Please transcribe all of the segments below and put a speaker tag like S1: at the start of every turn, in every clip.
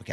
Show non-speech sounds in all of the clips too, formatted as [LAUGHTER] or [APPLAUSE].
S1: Okay,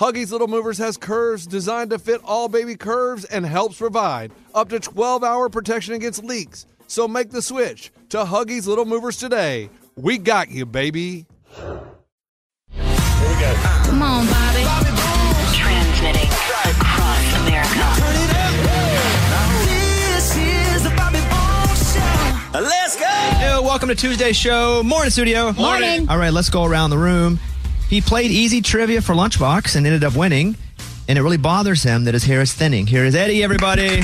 S2: Huggies Little Movers has curves designed to fit all baby curves and helps provide up to 12 hour protection against leaks. So make the switch to Huggies Little Movers today. We got you, baby.
S3: Here we go.
S4: Come on, Bobby.
S5: Transmitting across America.
S3: This is the Bobby Bones Show. Let's go.
S1: Yo, welcome to Tuesday's show. Morning, studio.
S4: Morning.
S1: All right, let's go around the room. He played easy trivia for Lunchbox and ended up winning, and it really bothers him that his hair is thinning. Here is Eddie, everybody.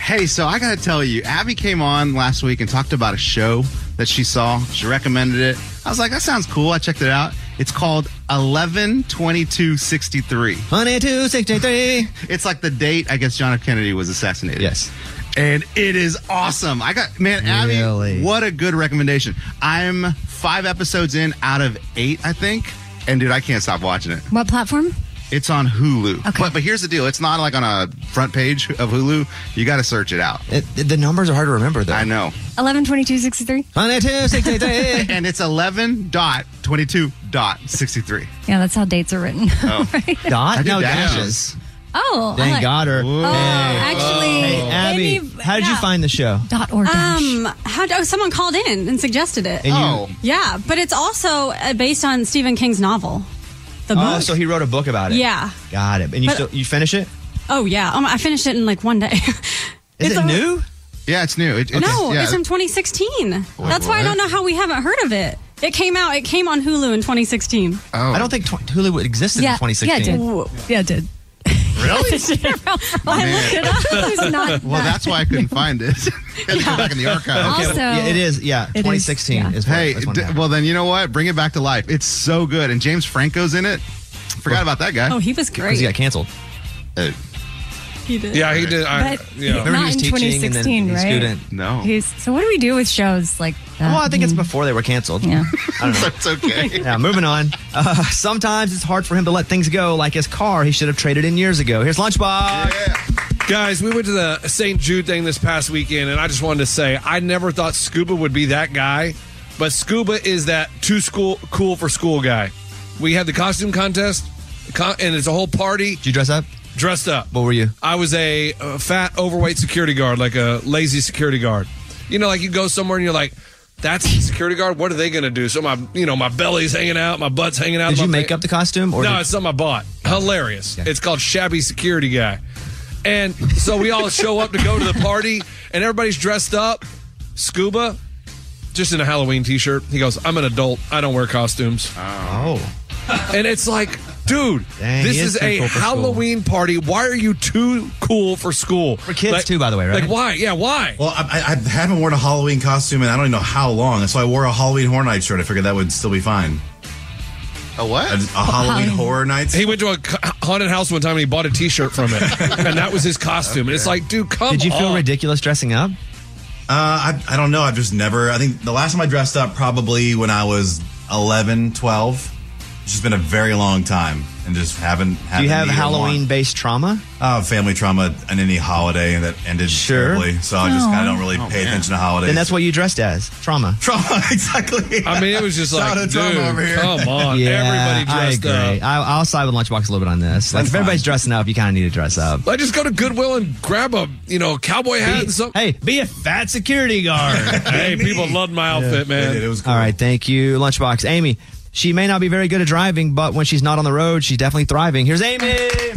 S6: Hey, so I gotta tell you, Abby came on last week and talked about a show that she saw. She recommended it. I was like, that sounds cool. I checked it out. It's called 11
S1: Honey, two, six, eight, three.
S6: It's like the date, I guess, John F. Kennedy was assassinated.
S1: Yes.
S6: And it is awesome. I got, man, Abby,
S1: Really?
S6: what a good recommendation. I'm five episodes in out of eight, I think. And dude, I can't stop watching it.
S4: What platform?
S6: It's on Hulu.
S4: Okay.
S6: But, but here's the deal it's not like on a front page of Hulu. You gotta search it out.
S1: It, the numbers are hard to remember, though.
S6: I know.
S4: 11 22 63.
S1: Honey, two, six, eight, [LAUGHS] three.
S6: and it's 11 dot 22 dot 63
S4: Yeah, that's how dates are written. Oh,
S1: Dot?
S6: did
S1: No,
S6: that.
S1: dashes.
S4: oh I
S1: Thank
S4: like-
S1: God. Or,
S4: Oh, actually,
S1: hey, Abby,
S4: any-
S1: how did you
S7: yeah.
S1: find the show?
S4: [LAUGHS] dot or dash.
S7: Um, how oh, someone called in and suggested it.
S1: And you-
S6: oh
S7: yeah, but it's also uh, based on Stephen King's novel, the book.
S8: Uh,
S1: Oh, so he wrote a book about it.
S7: Yeah.
S1: Got it. And you
S7: But-
S1: still you finish it?
S7: oh yeah, um, I finished it in like one day.
S1: [LAUGHS] Is it
S7: a-
S1: new?
S6: yeah it's new It- it's,
S7: No,
S6: yeah.
S7: it's from 2016. That's why I
S6: what?
S7: don't know how we haven't heard of it. It came out. It came on Hulu in 2016.
S6: oh.
S1: I don't think tw- Hulu existed
S4: yeah,
S1: in 2016.
S4: Yeah, it did. Yeah, it
S7: [LAUGHS]
S4: did.
S7: I looked it up.
S4: It's not
S6: well
S4: that-
S6: that's why i couldn't find it Had to go back in the archive
S4: Also,
S1: Yeah, it is. Yeah,
S4: It is,
S1: 2016
S4: yeah.
S1: is. what-
S6: hey
S1: that's when
S6: d-
S1: it happened.
S6: well then you know what bring it back to life it's so good and james franco's in it forgot about that guy
S7: Oh, he
S1: [LAUGHS]
S7: was
S1: 'Cause
S7: great.
S1: he got canceled.
S6: Uh,
S7: He did.
S3: Yeah, he did. I,
S4: But-
S3: yeah.
S1: Remember
S4: Not
S1: he was
S4: in
S1: teaching and then
S4: 2016,
S1: he
S4: right?
S1: student.
S6: no
S4: [LAUGHS]
S6: [LAUGHS]
S4: He's, so what do we do with shows like that?
S1: Well, I think it's before they were canceled.
S4: [LAUGHS] Yeah.
S1: I don't know.
S6: it's
S8: [LAUGHS]
S6: okay
S1: Yeah, moving on. Uh, sometimes it's hard for him to let things go, like his car he should have traded in years ago. Here's Lunchbox.
S3: Guys, we went to the St. Jude thing this past weekend, and I just wanted to say I never thought Scuba would be that guy, but Scuba is that too school cool for school guy. We had the costume contest, co- and it's a whole party
S1: Did you dress up?
S3: dressed up.
S1: What were you?
S3: I was a, uh fat, overweight security guard, like a lazy security guard. You know, like you go somewhere and you're like, "That's the security guard. What are they going to do?" So my, you know, my belly's hanging out, my butt's hanging out.
S1: Did
S3: my
S1: you make
S3: fa-
S1: up the costume? Or
S3: no,
S1: did-
S3: it's something I bought. Hilarious. It's called Shabby Security Guy. And so we all show up to go to the party, and everybody's dressed up. Scuba, just in a Halloween t shirt. He goes, I'm an adult. I don't wear costumes.
S1: oh,
S3: And it's like, dude,
S1: Dang,
S3: this
S1: he is
S3: is,
S1: too
S3: a
S1: cool for school.
S3: Halloween party. Why are you too cool for school? For
S1: kids too, by the way, right?
S3: Like, why? Yeah, why?
S9: Well, I, I I haven't worn a Halloween costume in I don't even know how long, and so I wore a Halloween Horror Night shirt. I figured that would still be fine.
S1: A what?
S6: A, a Halloween Horror Nights.
S3: He went to a c- haunted house one time and he bought a T-shirt from it, and that was his costume. And it's like, dude, come.
S8: Did you feel
S3: on.
S8: ridiculous dressing up?
S6: Uh, I, I don't know. I've just never. I think the last time I dressed up probably when I was 11, 12. It's just been a very long time and just haven't.
S8: Do you have Halloween
S6: One.
S8: based trauma?
S6: Uh, family trauma and any holiday that ended
S8: Sure. Oh.
S6: terribly. So I just
S10: Aw.
S6: kind of don't really pay attention to holidays.
S8: Then that's what you dressed as trauma.
S6: [LAUGHS] trauma exactly.
S3: I mean, it was just like,
S6: Shout out
S3: dude,
S6: to Tom over here.
S3: come
S6: [LAUGHS]
S3: on, everybody dressed
S8: I agree.
S3: up.
S8: I, I'll side with Lunchbox a little bit on this. Like, if everybody's dressing up, you kind of need to dress up.
S3: Like, just go to Goodwill and grab a you know cowboy hat and something.
S8: Hey, be a fat security guard.
S3: Hey, people loved my outfit,
S6: It,
S3: man.
S6: did. It was
S8: [LAUGHS]
S6: cool.
S8: All right, thank you, Lunchbox. Amy, she may not be very good at driving, but when she's not on the road, she's definitely thriving. Here's Amy.
S4: [LAUGHS]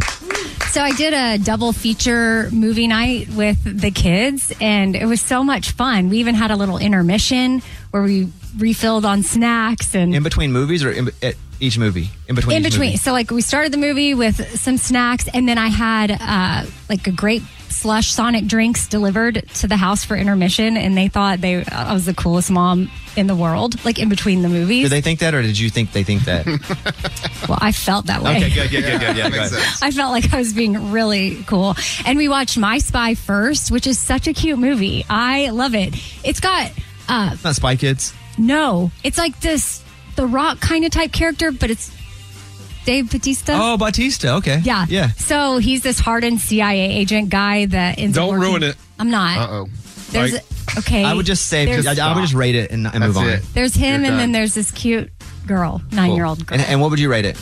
S4: So I did a double feature movie night with the kids, and it was so much fun. We even had a little intermission where we refilled on snacks and
S8: In between movies or in, at each movie? In between.
S4: in
S8: each
S4: between.
S8: movie.
S4: So like we started the movie with some snacks, and then I had uh, like a grape slush Sonic drinks delivered to the house for intermission, and they thought they I was the coolest mom in the world. Like in between the movies.
S8: Did they think that, or did you think they think
S4: [LAUGHS]
S8: that?
S4: well, I felt that way.
S8: okay, good, good, good,
S6: [LAUGHS]
S8: good. Yeah,
S1: Makes
S8: good.
S1: sense.
S4: [LAUGHS] I felt like I was being really cool. And we watched My Spy first, which is such a cute movie. I love it. It's got uh
S8: Not Spy Kids.
S4: no, it's like this the rock kind of type character, but it's Dave Batista.
S8: Oh, Batista. Okay.
S4: Yeah.
S8: Yeah.
S4: So he's this hardened CIA agent guy that ends up
S3: Don't
S4: working-
S3: ruin it.
S4: I'm not.
S1: Uh oh.
S4: There's
S3: Like-
S4: okay.
S8: I would just say,
S4: there's,
S8: I, I would just rate it and, and move
S1: That's
S8: on.
S1: it.
S4: there's him,
S1: You're
S4: and
S1: done.
S4: then there's this cute girl, nine year old girl.
S8: And, and what would you rate it?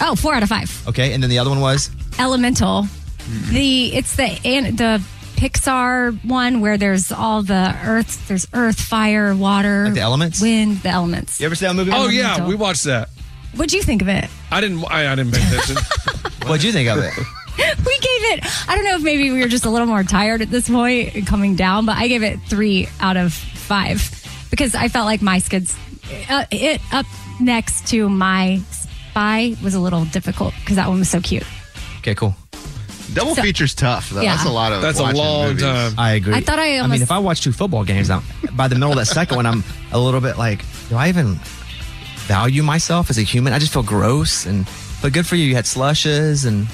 S4: oh, four out of five.
S8: Okay, and then the other one was
S4: Elemental.
S8: Mm-hmm.
S4: The it's the and the Pixar one where there's all the earth. There's earth, fire, water,
S8: Like the elements?
S4: wind, the elements.
S8: you ever see that movie?
S3: Oh yeah,
S4: Elemental.
S3: we watched that.
S4: What'd you think of it?
S3: I didn't. I, I didn't pay attention.
S8: What'd you think of [LAUGHS] it?
S4: We gave it. I don't know if maybe we were just a little more tired at this point, and coming down, but I gave it three out of five because I felt like my skids. Uh, it up next to my spy was a little difficult because that one was so cute.
S8: Okay, cool.
S1: Double
S4: So-
S1: features tough though.
S4: Yeah.
S1: That's a lot of.
S3: That's a
S1: watching
S3: long
S1: movies.
S3: time.
S8: I agree.
S4: I thought I
S8: I mean,
S4: almost-
S8: if I watch two football games, I'm, by the middle
S4: [LAUGHS]
S8: of that second one, I'm a little bit like, do I even value myself as a human? I just feel gross. And but good for you. You had slushes and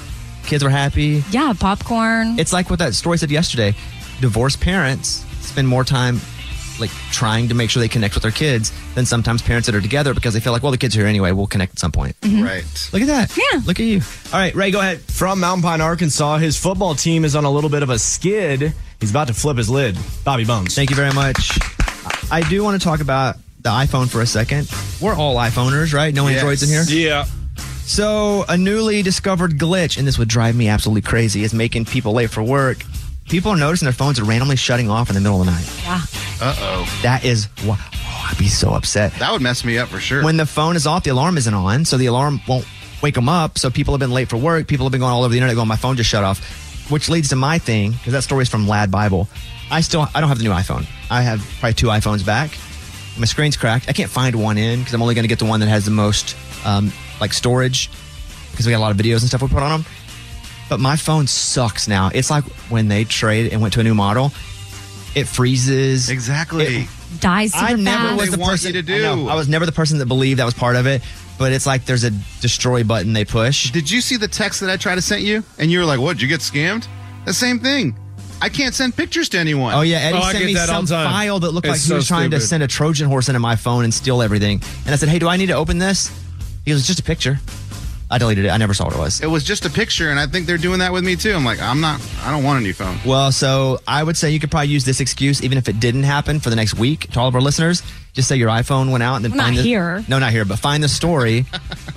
S8: kids were happy.
S4: Yeah, popcorn.
S8: It's like what that story said yesterday. Divorced parents spend more time like trying to make sure they connect with their kids than sometimes parents that are together because they feel like, well, the kids are here anyway. We'll connect at some point.
S6: Mm-hmm.
S1: Right.
S8: Look at that.
S4: Yeah.
S8: Look at you. All right, Ray, go ahead.
S11: From Mountain Pine, Arkansas, his football team is on a little bit of a skid. He's about to flip his lid. Bobby Bones.
S8: Thank you very much. I do want to talk about the iPhone for a second. We're all iPhoners, right? No
S1: Yes.
S8: Androids in here.
S3: yeah.
S8: So, a newly discovered glitch, and this would drive me absolutely crazy, is making people late for work. People are noticing their phones are randomly shutting off in the middle of the night.
S4: yeah.
S1: Uh oh.
S8: That is wha Oh, I'd be so upset.
S1: That would mess me up for sure.
S8: When the phone is off, the alarm isn't on, so the alarm won't wake them up. So, people have been late for work. People have been going all over the internet going, my phone just shut off, which leads to my thing, because that story is from Lad Bible. I still, I don't have the new iPhone. I have probably two iPhones back. My screen's cracked. I can't find one in because I'm only going to get the one that has the most, um, like, storage because we got a lot of videos and stuff we put on them. But my phone sucks now. It's like when they trade and went to a new model, it freezes.
S1: exactly.
S8: It-
S4: Dies super
S8: I never
S4: fast.
S8: was
S1: They
S8: the
S1: want
S8: person
S1: you to
S8: I, know.
S1: do.
S8: I was never the person that believed that was part of it. But it's like there's a destroy button they push.
S1: Did you see the text that I tried to send you? And you were like, "What? Did you get scammed?" The same thing. I can't send pictures to anyone.
S8: Oh yeah, Eddie
S3: Oh, I
S8: sent
S3: get
S8: me
S3: that all
S8: some
S3: the time.
S8: file that looked
S3: It's
S8: like he
S3: so
S8: was trying to
S3: stupid.
S8: send a Trojan horse into my phone and steal everything. And I said, "Hey, do I need to open this?" He goes, "It's "Just a picture." I deleted it. I never saw what it was.
S1: It was just a picture, and I think they're doing that with me too. I'm like, I'm not. I don't want a new phone.
S8: Well, so I would say you could probably use this excuse, even if it didn't happen for the next week, to all of our listeners. Just say your iPhone went out and then
S4: Not
S8: find the,
S4: here.
S8: No, not here, but find the
S4: [LAUGHS]
S8: story,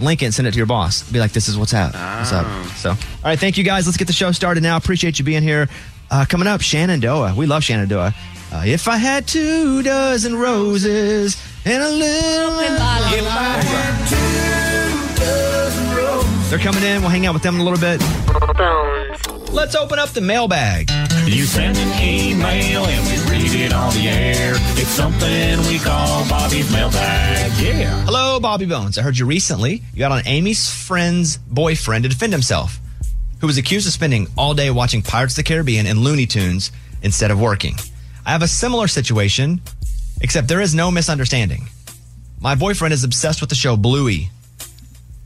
S8: link it, and send it to your boss. Be like, this is what's up. What's up?
S4: Ah.
S8: So, all right, thank you guys. Let's get the show started now. Appreciate you being here. Uh, coming up, Shenandoah. We love Shenandoah. Uh, if I had two dozen roses and a little. If I had two dozen roses. They're coming in. We'll hang out with them in a little bit. Let's open up the mailbag.
S12: You send an email and we read it on the air. It's something we call Bobby's mailbag. Yeah.
S8: Hello, Bobby Bones. I heard you recently. You got on Amy's friend's boyfriend to defend himself, who was accused of spending all day watching Pirates of the Caribbean and Looney Tunes instead of working. I have a similar situation, except there is no misunderstanding. My boyfriend is obsessed with the show Bluey.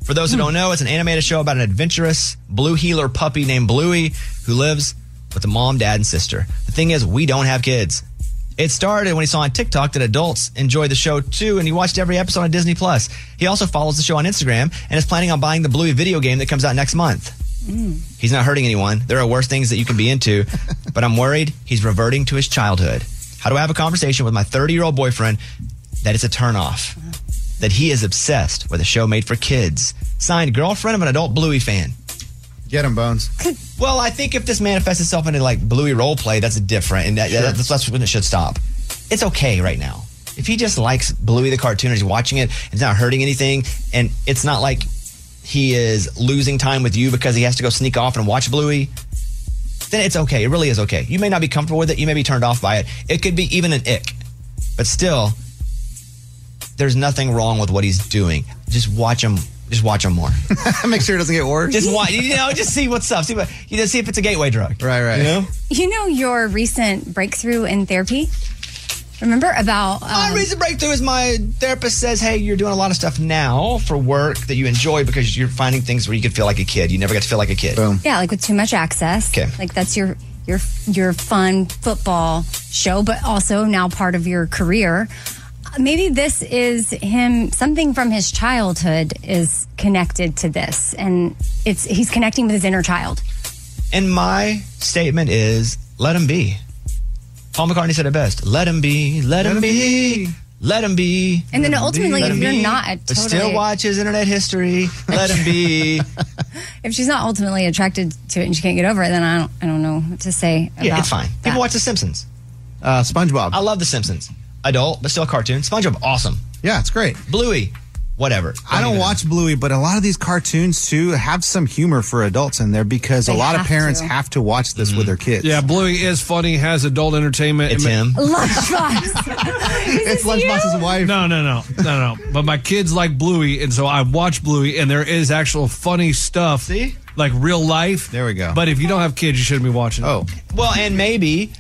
S8: For those who don't know, it's an animated show about an adventurous blue healer puppy named Bluey who lives with a mom, dad, and sister. The thing is, we don't have kids. It started when he saw on TikTok that adults enjoy the show too, and he watched every episode on Disney Plus. He also follows the show on Instagram and is planning on buying the Bluey video game that comes out next month. He's not hurting anyone. There are worse things that you can be into, but I'm worried he's reverting to his childhood. How do I have a conversation with my 30 year old boyfriend that it's a turnoff? That he is obsessed with a show made for kids. Signed, girlfriend of an adult Bluey fan.
S6: Get him, Bones.
S8: Well, I think if this manifests itself into like Bluey role play, that's different, and that,
S6: Sure.
S8: that's, that's when it should stop. It's okay right now. If he just likes Bluey the cartoon, and he's watching it, it's not hurting anything, and it's not like he is losing time with you because he has to go sneak off and watch Bluey. Then it's okay. It really is okay. You may not be comfortable with it. You may be turned off by it. It could be even an ick, but still, there's nothing wrong with what he's doing. Just watch him. Just watch him more.
S6: [LAUGHS] Make sure it doesn't get worse.
S8: Just watch. You know, just see what's up. See what you know, see if it's a gateway drug.
S6: Right, right.
S8: You know?
S4: You know your recent breakthrough in therapy? Remember about. um,
S8: My recent breakthrough is my therapist says, "Hey, you're doing a lot of stuff now for work that you enjoy because you're finding things where you could feel like a kid. You never got to feel like a kid." Boom.
S4: Yeah, like with too much access.
S8: Okay.
S4: Like that's your your your fun football show, but also now part of your career. Maybe this is him. Something from his childhood is connected to this, and it's he's connecting with his inner child.
S8: And my statement is, "Let him be." Paul McCartney said it best: "Let him be, let, him be, let him be."
S4: And then
S8: Let 'em
S4: ultimately,
S8: let
S4: if
S8: 'em
S4: you're
S8: be,
S4: not a
S8: but still
S4: totally-
S8: watches internet history, let him be.
S4: If she's not ultimately attracted to it and she can't get over it, then I don't I don't know what to say.
S8: [LAUGHS] yeah,
S4: about
S8: it's fine.
S4: that.
S8: People watch The Simpsons.
S6: Uh, SpongeBob.
S8: I love The Simpsons. Adult, but still a cartoon. SpongeBob, awesome.
S6: Yeah, it's great.
S8: Bluey, whatever.
S3: I don't watch Bluey, but a lot of these cartoons too have some humor for adults in there because a
S4: They
S3: lot of
S4: have
S3: parents
S4: to.
S3: have to watch this with their kids.
S13: Yeah, Bluey is funny, has adult entertainment. It's him.
S8: [LAUGHS]
S4: Lunchbox. Is this you?
S6: wife.
S13: No, no, no, no, no. But my kids like Bluey, and so I watch Bluey, and there is actual funny stuff. See, like real life. There
S3: we go.
S13: But if you don't have kids, you shouldn't be watching. Oh,
S8: Well, and maybe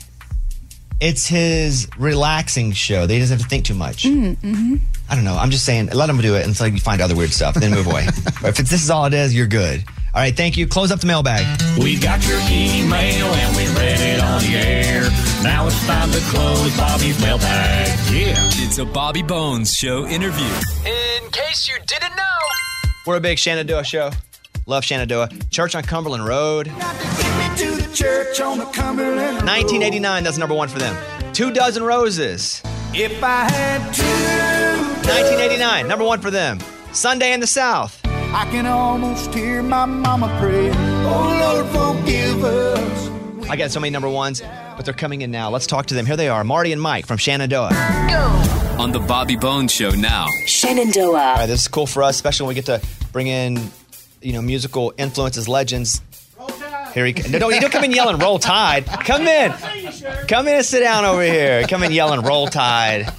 S8: it's his relaxing show. They doesn't have to think too much.
S4: Mm-hmm.
S8: I don't know. I'm just saying, let him do it until you find other weird stuff, then move away. But if it's, this is all it is, you're good. All right, thank you. Close up the mailbag.
S1: We got your email and we read it on the air. Now it's time to close Bobby's mailbag. Yeah.
S14: It's a Bobby Bones Show interview.
S8: In case you didn't know, we're a big Shenandoah show. Love Shenandoah. Church on Cumberland Road. 1989, that's number one for them. Two Dozen Roses.
S1: If I had to,
S8: 1989, number one for them. Sunday in the South.
S1: I can almost hear my mama pray. Oh Lord, forgive us.
S8: I got so many number ones, but they're coming in now. Let's talk to them. Here they are Marty and Mike from Shenandoah.
S14: On the Bobby Bones Show now.
S8: Shenandoah. All right, this is cool for us, especially when we get to bring in, you know, musical influences, legends. Here he comes. No, no, you don't come in yelling "Roll Tide." Come in, come in and sit down over here. Come in yelling "Roll Tide."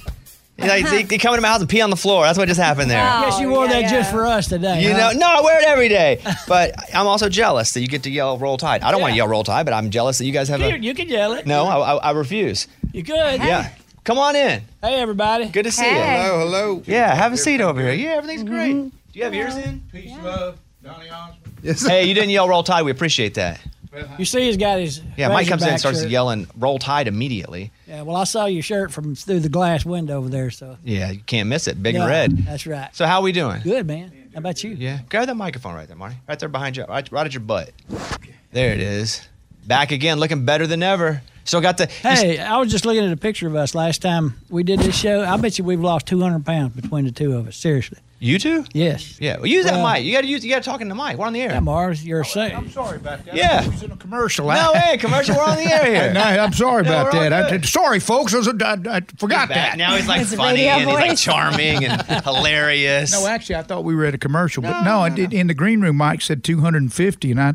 S8: He's like, "See, You come into my house and pee on the floor. That's what just happened there.
S7: Yeah, she wore that just for us today.
S8: You
S7: huh?
S8: know, no, I wear it every day. But I'm also jealous that you get to yell "Roll Tide." I don't want to yell "Roll Tide," but I'm jealous that you guys have
S7: You,
S8: a.
S7: you could yell it.
S8: No, I, I, I refuse.
S7: You could.
S8: Yeah, come on in.
S7: Hey, everybody.
S8: Good to see you. hello. Yeah, have a seat over here. Yeah, everything's great. Do you have yours in?
S7: Peace,
S3: love,
S7: Donny
S8: hey, you didn't yell roll tide. We appreciate that.
S7: You see, he's got his.
S8: Yeah, Mike comes in and
S7: Razorback
S8: starts
S7: shirt.
S8: yelling roll tide immediately.
S7: Yeah, well, I saw your shirt from through the glass window over there, so.
S8: Yeah, you can't miss it. Big
S7: Yeah,
S8: and red.
S7: That's right.
S8: So how we doing?
S7: Good, man. How about you?
S8: Yeah. Grab that microphone right there, Marty. Right there behind you. Right, right at your butt. There it is. Back again, looking better than ever. Still got the
S7: Hey, I was just looking at a picture of us last time we did this show. I bet you we've lost 200 pounds between the two of us. Seriously.
S8: you two.
S7: Yes.
S8: Yeah. Well, use that
S7: Well-
S8: mic. You got to use. You got to talk into the mic. We're on the air.
S7: Yeah, Mars, you're saying. Oh, I'm
S3: sorry about that.
S8: Yeah.
S3: commercial. [LAUGHS]
S8: No way, Oh, commercial. We're on the air here.
S3: no, I'm sorry
S8: No,
S3: about
S8: we're all
S3: that. I, sorry, folks. I, was- I, I forgot
S8: Back.
S3: that.
S8: Now he's like funny and he's like charming and hilarious.
S3: No, actually, I thought we were at a commercial, but no, I did. In the green room, Mike said 250, and I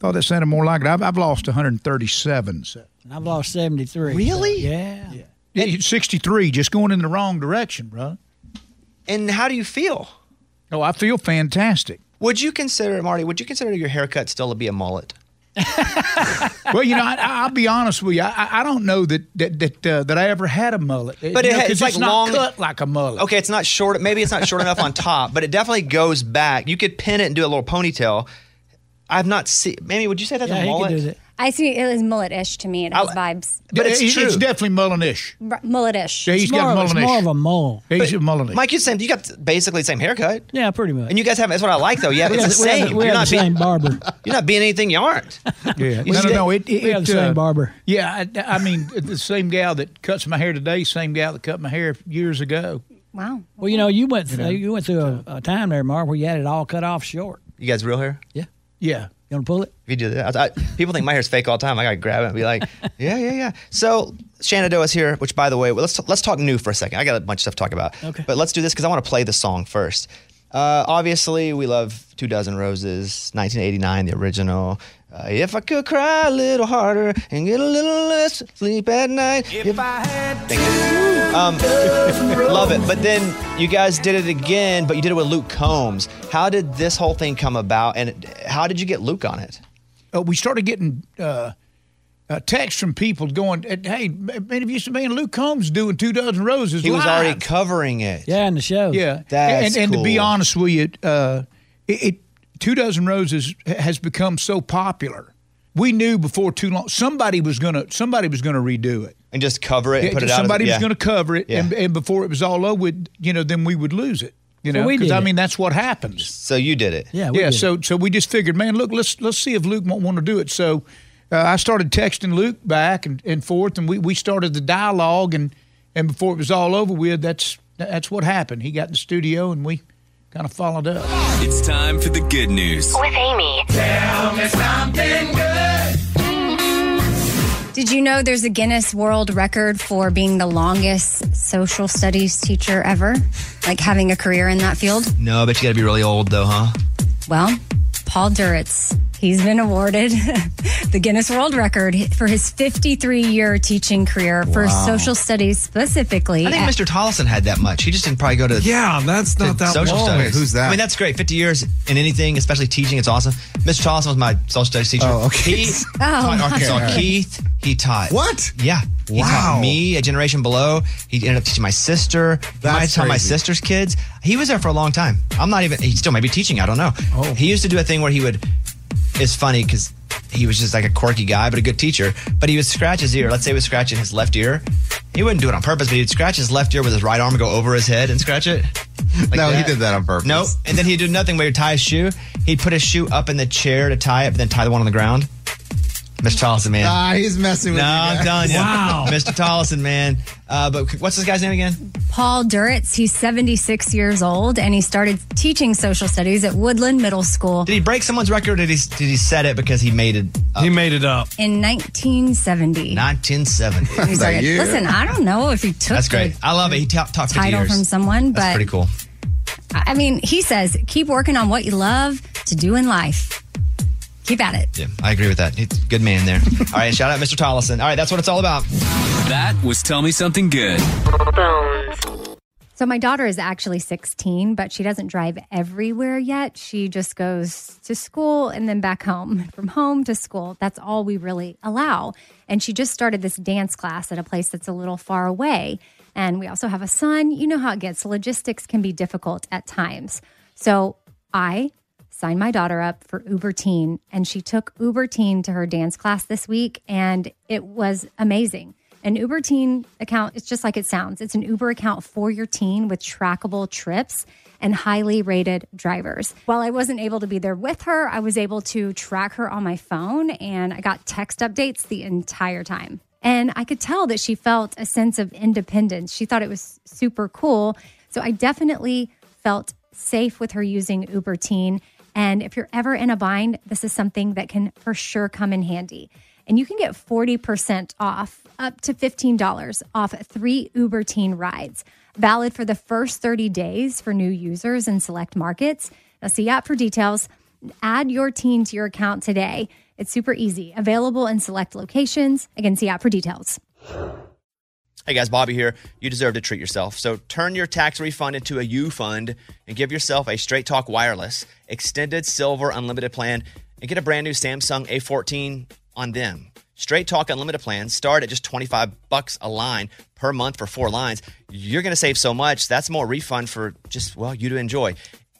S3: thought that sounded more like it. I've, I've lost 137. So.
S7: I've lost 73.
S8: Really?
S7: yeah.
S3: Yeah, you're 63, just going in the wrong direction, bro.
S8: And how do you feel?
S3: Oh, I feel fantastic.
S8: Would you consider, Marty? Would you consider your haircut still to be a mullet?
S3: [LAUGHS] well, you know, I, I- I'll be honest with you. I- I, I don't know that that that, uh, that I ever had a mullet.
S8: But
S3: You
S8: it
S3: know,
S8: ha-
S3: 'cause
S8: it's like
S3: not
S8: long-
S3: cut like a mullet.
S8: Okay, it's not short. Maybe it's not short enough on top, but it definitely goes back. You could pin it and do a little ponytail. I've not seen. Mammy, would you say that's a mullet?
S4: I see it was mullet-ish to me. It has vibes.
S8: But it's
S3: It-
S8: true.
S3: It's definitely mullinish.
S4: R- mullet-ish.
S3: Yeah, he's got mullinish.
S7: a mole.
S3: Yeah, he's a mullinish.
S8: Mike, you same. You got basically the same haircut.
S7: Yeah, pretty much.
S8: And you guys have. That's what I like though. Yeah,
S7: We
S8: it's the
S7: have- we have-
S8: same.
S7: we
S8: you're not
S7: have the same
S8: being,
S7: barber.
S8: You're not being anything you aren't.
S3: Yeah. No, no,
S8: You did-
S3: no. It, it,
S8: we have the
S3: it,
S8: same
S7: barber.
S3: Yeah, I, I mean, the same gal that cuts my hair today, same gal that cut my hair years ago.
S4: Wow.
S7: Well, you know, you went
S3: You
S7: through,
S3: know.
S7: you, went through a, a time there, Marv, where you had it all cut off short.
S8: You guys real hair?
S7: Yeah.
S3: Yeah.
S7: You want to pull it?
S8: If you do that, I, I, people think my hair's fake all the time. I gotta grab it and be like, [LAUGHS] yeah, yeah, yeah. So Shenandoah is here, which by the way, let's let's talk new for a second. I got a bunch of stuff to talk about. Okay. But let's do this because I want to play the song first. Uh, obviously, we love Two Dozen Roses, 1989, the original. Uh, if I could cry a little harder and get a little less sleep at night. If, I had um, [LAUGHS] love it. But then you guys did it again, but you did it with Luke Combs. How did this whole thing come about, and how did you get Luke on it?
S3: Uh, we started getting uh, uh, texts from people going, "Hey, man, if you see me and Luke Combs doing two dozen roses,
S8: He was
S3: live."
S8: already covering it.
S7: Yeah, in the show.
S3: Yeah,
S8: That's
S3: and, and to be
S8: cool.
S3: honest with you, uh, it, it Two Dozen Roses h- has become so popular. We knew before too long somebody was gonna somebody was gonna redo it.
S8: And just cover it, and
S3: Yeah,
S8: put it out.
S3: somebody
S8: as,
S3: was going to cover it, and, and before it was all over, with, you know, then we would lose it. You
S8: So
S3: know,
S8: we
S3: because
S8: did
S3: I
S8: it.
S3: mean that's what happens.
S8: So you did it.
S3: yeah. So so we just figured, man, look, let's let's see if Luke won't want to do it. So uh, I started texting Luke back and, and forth, and we, we started the dialogue, and and before it was all over with, that's that's what happened. He got in the studio, and we kind of followed up.
S14: It's time for the good news.
S15: With Amy.
S1: Tell me something good.
S4: Did you know there's a Guinness World Record for being the longest social studies teacher ever? Like having a career in that field?
S8: No, I bet you got to be really old though, huh?
S4: Well, Paul Duritz, he's been awarded [LAUGHS] the Guinness World Record for his 53 year teaching career for
S8: Wow.
S4: social studies specifically.
S8: I think
S4: at-
S8: Mr. Tollison had that much. He just didn't probably go to
S13: yeah. That's not that
S8: social
S13: long.
S8: studies.
S13: Who's that?
S8: I mean, that's great. Fifty years in anything, especially teaching, it's awesome. Mr. Tollison was my social studies teacher.
S13: Oh, okay.
S8: He
S4: Oh,
S8: taught Arkansas.
S4: okay.
S8: Keith, he taught
S4: What?
S8: Yeah. He
S4: Wow.
S8: taught me a generation below. He ended up teaching my sister. He might have taught my
S4: crazy.
S8: sister's kids. He was there for a long time. I'm not even. He still may be teaching. I don't know. Oh. He used to do a thing where he would. It's funny because he was just like a quirky guy, but a good teacher. But he would scratch his ear. Let's say he was scratching his left ear. He wouldn't do it on purpose, but he'd scratch his left ear with his right arm, go over his head, and scratch it.
S6: No, he did that on purpose.
S8: No, and then he'd do nothing but he'd tie his shoe. He'd put his shoe up in the chair to tie it, but then tie the one on the ground. Mr. Tollison, man.
S6: Nah, he's messing with
S8: No,
S6: Ah, you
S8: I'm
S6: guys.
S8: telling you.
S6: Wow.
S8: Mr. Tollison, man. Uh, but what's this guy's name again?
S4: Paul Duritz, he's 76 years old and he started teaching social studies at Woodland Middle School
S8: Did he break someone's record or did he, did he set it because he made it up? He
S13: made it up.
S4: in 1970.
S6: [LAUGHS]
S8: 1970.
S4: He's like, Listen, I don't know if he took
S8: That's great. I love it. He ta- taught
S4: the
S8: 50
S4: title
S8: years.
S4: from someone,
S8: That's
S4: but
S8: pretty cool.
S4: I I mean, he says, keep working on what you love to do in life. Keep at it.
S8: Yeah, I agree with that. He's a good man
S1: [LAUGHS]
S8: there. all right, shout out Mr. Tollison. All right, that's what it's all about.
S14: That was Tell Me Something Good.
S4: So my daughter is actually 16, but she doesn't drive everywhere yet. She just goes to school and then back home. [LAUGHS] From home to school. That's all we really allow. And she just started this dance class at a place that's a little far away. And we also have a son. You know how it gets. Logistics can be difficult at times. So I signed my daughter up for Uber Teen and she took Uber Teen to her dance class this week and it was amazing. An Uber Teen account, it's just like it sounds. It's an Uber account for your teen with trackable trips and highly rated drivers. While I wasn't able to be there with her, I was able to track her on my phone and I got text updates the entire time. And I could tell that she felt a sense of independence. She thought it was super cool. So I definitely felt safe with her using Uber Teen. And if you're ever in a bind, this is something that can for sure come in handy. And you can get 40% off, up to $15 off three Uber Teen rides, valid for the first 30 days for new users in select markets. Now, see app for details. Add your teen to your account today. It's super easy, available in select locations. Again, see app for details.
S8: Hey guys, Bobby here. You deserve to treat yourself. So turn your tax refund into a U fund and give yourself a Straight Talk Wireless Extended Silver Unlimited plan.
S1: and get a brand new Samsung A14 on them. Straight Talk unlimited plans start at just 25 bucks a line per month for four lines. You're going to save so much. That's more refund for just well, you to enjoy.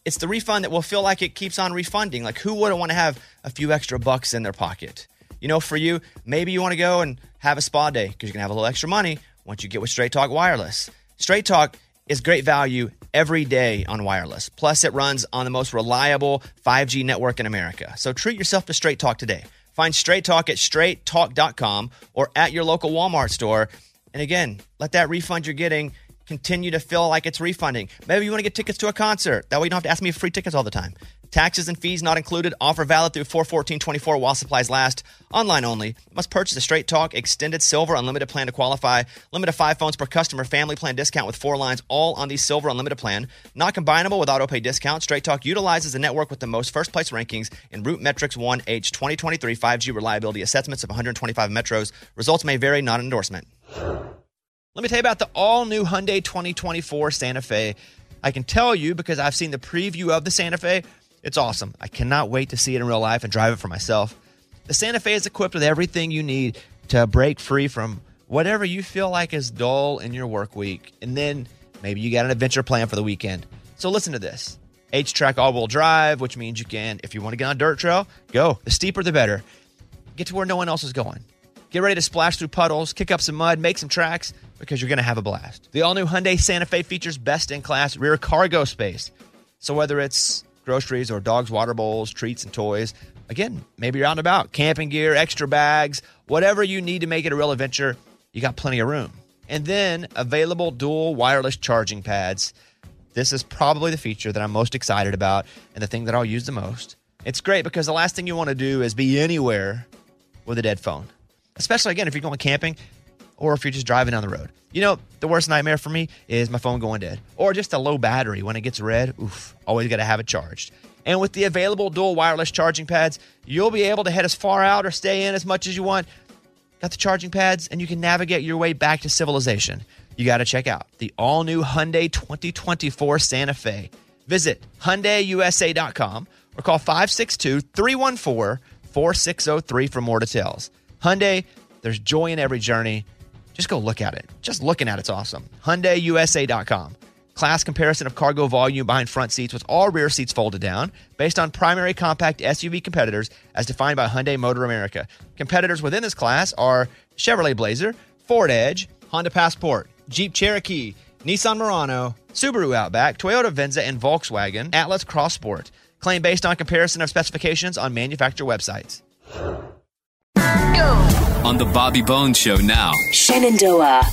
S1: It's the refund that will feel like it keeps on refunding. Like who wouldn't want to have a few extra bucks in their pocket? You know, for you, maybe you want to go and have a spa day because you're going to have a little extra money once you get with Straight Talk Wireless. Straight Talk is great value every day on wireless. Plus, it runs on the most reliable 5G network in America. So treat yourself to Straight Talk today. Find Straight Talk at straighttalk.com or at your local Walmart store. And again, let that refund you're getting continue to feel like it's refunding. Maybe you want to get tickets to a concert. That way you don't have to ask me for free tickets all the time. Taxes and fees not included. Offer valid through 41424 while supplies last. Online only. Must purchase a straight talk, extended silver, unlimited plan to qualify. Limit of five phones per customer, family plan discount with four lines, all on the silver unlimited plan. Not combinable with auto pay discount. Straight Talk utilizes the network with the most first place rankings in Root Metrics 1H 2023 5G reliability assessments of 125 metros. Results may vary, not an endorsement. Let me tell you about the all new Hyundai 2024 Santa Fe. I can tell you because I've seen the preview of the Santa Fe. It's awesome. I cannot wait to see it in real life and drive it for myself. The Santa Fe is equipped with everything you need to break free from whatever you feel like is dull in your work week. And then maybe you got an adventure plan for the weekend. So listen to this. H track all wheel drive, which means you can, if you want to get on a dirt trail, go. The steeper, the better. Get to where no one else is going. Get ready to splash through puddles, kick up some mud, make some tracks because you're going to have a blast. The all new Hyundai Santa Fe features best in class rear cargo space. So whether it's groceries or dogs' water bowls, treats, and toys, again, maybe you're out and about, camping gear, extra bags, whatever you need to make it a real adventure, you got plenty of room. And then available dual wireless charging pads. This is probably the feature that I'm most excited about and the thing that I'll use the most. It's great because the last thing you want to do is be anywhere with a dead phone, especially again if you're going camping or if you're just driving down the road. You know, the worst nightmare for me is my phone going dead or just a low battery when it gets red. Oof, always got to have it charged. And with the available dual wireless charging pads, you'll be able to head as far out or stay in as much as you want. Got the charging pads and you can navigate your way back to civilization. You got to check out the all new Hyundai 2024 Santa Fe. Visit HyundaiUSA.com or call 562 314 4603 for more details. Hyundai, there's joy in every journey. Just go look at it. Just looking at it's awesome. HyundaiUSA.com. Class comparison of cargo volume behind front seats with all rear seats folded down based on primary compact SUV competitors as defined by Hyundai Motor America. Competitors within this class are Chevrolet Blazer, Ford Edge, Honda Passport, Jeep Cherokee, Nissan Murano, Subaru Outback, Toyota Venza, and Volkswagen Atlas Cross Sport. Claim based on comparison of specifications on manufacturer websites.
S5: On the Bobby Bones Show now.
S1: Shenandoah.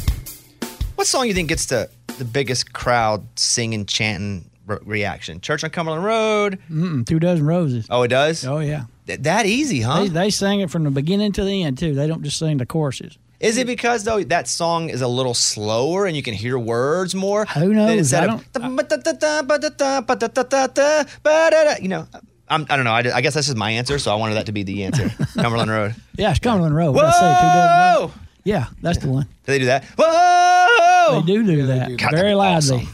S1: What song you think gets the, the biggest crowd singing, chanting re- reaction? Church on Cumberland Road.
S7: Mm-mm, two dozen roses.
S1: Oh, it does.
S7: Oh yeah.
S1: Th- that easy, huh?
S7: They, they sing it from the beginning to the end too. They don't just sing the choruses.
S1: Is it because though that song is a little slower and you can hear words more? Who
S7: knows? I
S1: You know, I'm, I don't know. I, d- I guess that's just my answer, so I wanted that to be the answer. Cumberland Road.
S7: Yeah, it's Cumberland Road.
S1: Whoa!
S7: What I say, two dozen
S8: Oh,
S7: roses. Yeah, that's the one.
S1: Do they do that? Whoa!
S7: They do do that
S1: God, that'd
S7: very
S1: be
S7: loudly.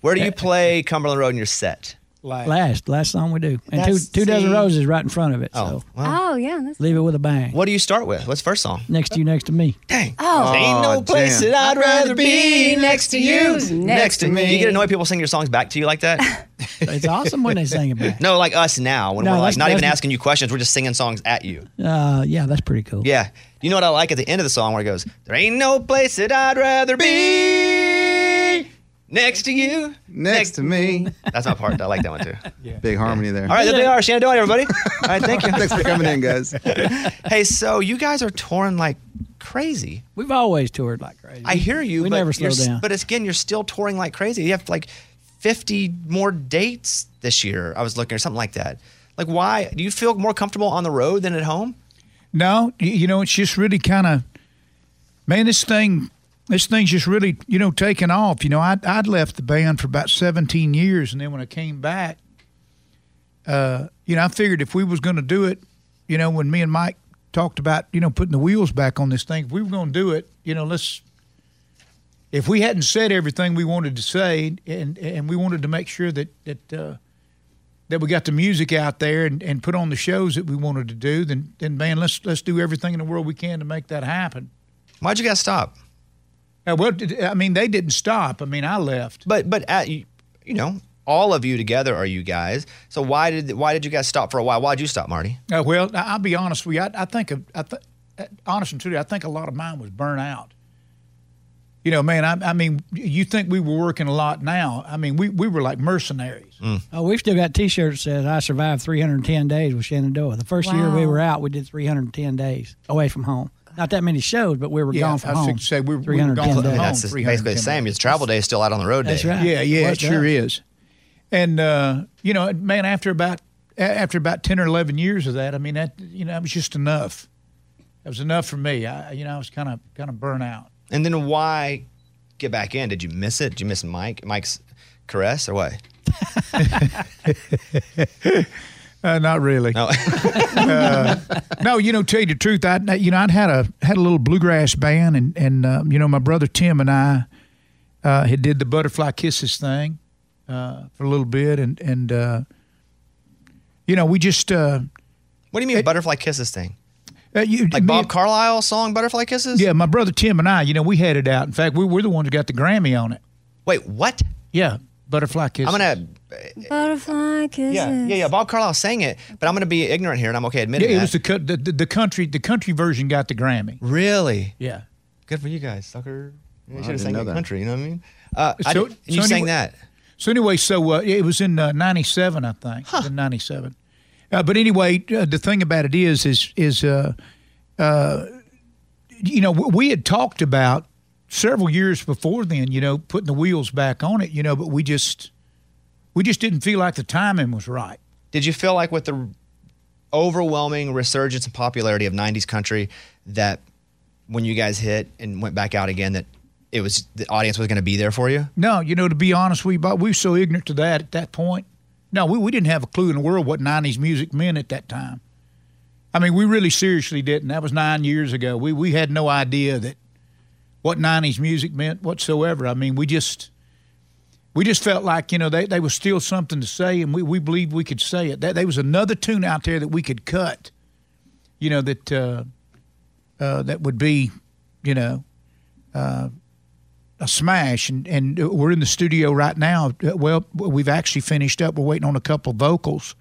S1: Where do you play Cumberland Road in your set?
S7: Last, last song we do, and two
S1: That's-
S7: two dozen
S1: see?
S7: roses right in front of it.
S1: Oh,
S7: so
S1: wow.
S4: Oh yeah, that's
S7: leave it with a bang.
S1: What do you start with? What's first song?
S7: Next to you, next to me.
S1: Dang.
S4: Oh.
S1: Ain't no
S7: Oh,
S1: place
S7: damn.
S1: that I'd rather be next to you,
S4: Next
S1: next,
S4: to
S1: to me.
S4: me.
S1: You get annoyed people sing your songs back to you like that?
S7: [LAUGHS] It's awesome when they sing it
S1: [LAUGHS]
S7: back.
S1: no, like us now when
S7: No,
S1: we're like
S7: that's-
S1: not even
S7: that's-
S1: asking you questions, we're just singing songs at you.
S7: Uh, yeah, that's pretty cool.
S1: Yeah. You know what I like at the end of the song where it goes, "There ain't no place that I'd rather be next to you, next, to me." That's my part. I like that one too.
S12: Big harmony there.
S1: All right, there they are, Shenandoah,
S7: [LAUGHS]
S1: everybody. All right, thank you.
S12: Thanks for coming in,
S6: [LAUGHS]
S12: guys.
S6: Uh,
S1: Hey, so you guys are touring like crazy.
S7: We've always toured like crazy.
S1: I hear you.
S7: We
S1: but
S7: never
S1: you're
S7: slow
S1: s-
S7: down.
S1: But it's- again, you're still touring like crazy. You have like 50 more dates this year. I was looking or something like that. Like, why do you feel more comfortable on the road than at home?
S3: No, you, you know, it's just really kind of, man, this thing, this thing's just really, you know, taking off. You know, I I'd left the band for about seventeen years, and then when I came back, uh, you know, I figured if we was going to do it, you know, when me and Mike talked about, you know, putting the wheels back on this thing, if we were going to do it, you know, let's. If we hadn't said everything we wanted to say, and and we wanted to make sure that that uh, that we got the music out there and, and put on the shows that we wanted to do, then then man, let's let's do everything in the world we can to make that happen.
S8: Why'd you guys stop?
S3: Uh, well, did- I mean, they didn't stop. I mean, I left.
S8: But but at, you you know, all of you together are you guys. So why did why did you guys stop for a while? Why'd you stop, Marty?
S3: Uh, well, I- I'll be honest with you. I, I think, of- I th- uh, honest and true, I think a lot of mine was burnout. You know, man, I, I mean, you think we were working a lot now. I mean, we, we were like mercenaries.
S8: Mm.
S7: Oh, we've still got T-shirts that says "I survived 310 days with Shenandoah." The first year we
S3: Wow.
S7: were out, we did 310 days away from home. Not that many shows, but we were
S3: Yeah,
S7: gone from
S3: I was
S7: home.
S3: fixing to say we were- we were
S8: I
S3: gone from
S8: mean,
S3: home.
S8: that's just basically the
S3: 310
S8: same. It's travel day is still out on the road
S3: That's
S8: day.
S3: right. Yeah, yeah, it sure is. And uh, you know, man, after about a- after about ten or eleven years of that, I mean, that you know, that was just enough. That was enough for me. I, you know, I was kind of kind of burnt out.
S8: And then why get back in? Did you miss it? Did you miss Mike? Mike's caress or what?
S3: Uh, not really.
S8: No.
S3: uh, no, you know, tell you the truth, I you know I'd had a had a little bluegrass band, and and uh, you know my brother Tim and I uh, had did the butterfly kisses thing uh, for a little bit, and and uh, you know we just uh,
S8: What do you mean butterfly kisses thing?
S3: uh, you,
S8: Like Bob Carlisle song Butterfly Kisses?
S3: Yeah, my brother Tim and I, you know, we had it out. In fact, we were the ones who got the Grammy on it.
S8: Wait, what?
S3: Yeah, Butterfly Kisses.
S8: I'm gonna
S4: Butterfly kisses.
S8: yeah yeah yeah. Bob Carlisle sang it, but I'm gonna be ignorant here, and I'm okay admitting
S3: Yeah, it
S8: that.
S3: was the, co- the the the country the country version got the Grammy.
S8: Really?
S3: Yeah.
S8: Good for you guys, sucker. You
S3: Well, I
S8: should have
S3: didn't
S8: sang
S3: know
S8: that
S3: that.
S8: country. You know what I mean? Uh, I
S3: So-
S8: did- and you
S3: so
S8: sang
S3: anyway-
S8: that.
S3: So anyway, so uh, it was in uh, '97, I think. In '97. Uh, but anyway, uh, the thing about it is, is, is, uh, uh, you know, w- we had talked about several years before then, you know, putting the wheels back on it, you know, but we just, we just didn't feel like the timing was right.
S8: Did you feel like with the overwhelming resurgence and popularity of '90s country that when you guys hit and went back out again, that it was the audience was going to be there for you?
S3: No, you know, to be honest with you, Bob, we were so ignorant to that at that point. No, we, we didn't have a clue in the world what 90s music meant at that time. I mean, we really seriously didn't. That was nine years ago. We, we had no idea that what 90s music meant whatsoever. I mean, we just we just felt like, you know, they, they was still something to say, and we, we believed we could say it. That, there was another tune out there that we could cut, you know, that uh, uh, that would be, you know, uh, a smash, and, and we're in the studio right now. Uh, Well, we've actually finished up. We're waiting on a couple vocals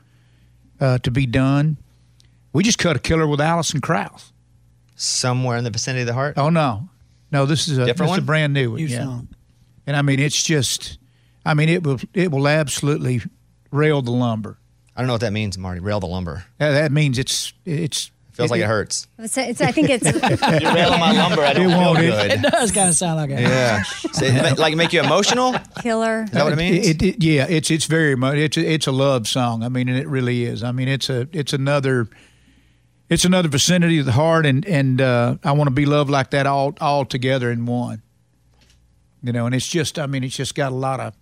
S3: uh, to be done. We just cut a killer with Allison Krauss.
S8: Somewhere in the vicinity of the heart.
S3: Oh no, no, this is a
S8: Different
S3: this is a
S8: one?
S3: brand new one.
S8: New
S3: yeah.
S8: song.
S3: and I mean it's just, I mean it will it will absolutely rail the lumber.
S8: I don't know what that means, Marty. Rail the lumber.
S3: Uh, that means it's it's
S8: Feels like it [LAUGHS] hurts.
S4: It's, it's, I think it's.
S8: You're railing my lumber. I
S3: [LAUGHS]
S8: don't
S3: It
S8: feel
S3: won't, it-
S8: good.
S7: [LAUGHS] It does kind of sound like it.
S8: Yeah. So it ma- like make you emotional?
S4: Killer.
S8: Is that what it means?
S3: It, it- yeah, it's it's very much it's a, it's a love song. I mean, and it really is. I mean, it's a it's another it's another vicinity of the heart, and and uh, I want to be loved like that all all together in one. You know, and it's just I mean, it's just got a lot of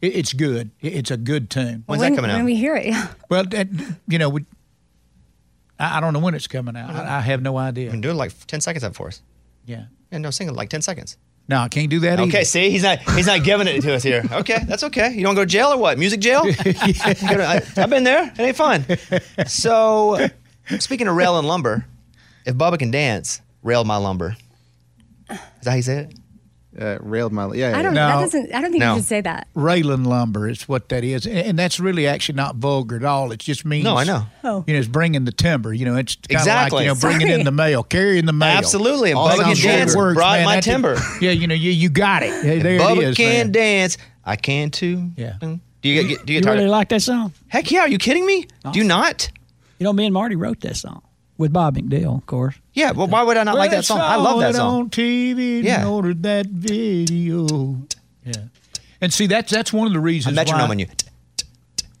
S3: it, it's good. It, it's a good tune.
S4: Well, when, when we hear it, yeah.
S3: Well, that, you know, we, I, I don't know when it's coming out. I, I have no idea.
S8: do it like ten seconds up for us.
S3: Yeah.
S8: Yeah, no, sing it like ten seconds.
S3: No, I can't do that.
S8: okay,
S3: either.
S8: see, he's not he's not giving it to us here. Okay, that's okay. You don't go to jail or what? Music jail? You know, I, have been there. It ain't fun. So, speaking of rail and lumber, if Bubba can dance, rail my lumber. Is that how you say it?
S6: Uh, railed my yeah.
S4: I don't. That doesn't. I don't think
S3: No.
S4: you should say that.
S3: Railing lumber is what that is, and, and that's really actually not vulgar at all. It just means
S8: No, I know.
S4: Oh.
S3: You know, it's bringing the timber. You know, it's kinda
S8: Exactly.
S3: like, you know, bringing
S8: Sorry.
S3: in the mail, carrying the mail.
S8: Absolutely, and
S3: All
S8: Bubba
S3: sounds
S8: Can Dance
S3: vulgar.
S8: brought my
S3: that-
S8: timber.
S3: [LAUGHS] yeah, you know, you you got it. Hey, there
S8: Bubba
S3: it is.
S8: can
S3: man.
S8: dance. I can too. Mm.
S3: Yeah.
S8: Do you get do you
S7: You
S8: get tired?
S7: really
S8: of-
S7: like that song?
S8: Heck yeah! Are you kidding me? Do you not?
S7: You know, me and Marty wrote that song with Bob McDill, of course.
S8: yeah. Well, why would I not like
S3: Well,
S8: that song? I love
S3: saw
S8: that
S3: it
S8: song.
S3: On TV, and
S8: Yeah.
S3: ordered that video.
S8: [LAUGHS]
S3: Yeah, and see, that's that's one of the
S8: I
S3: reasons.
S8: metronome
S3: why-
S8: on you.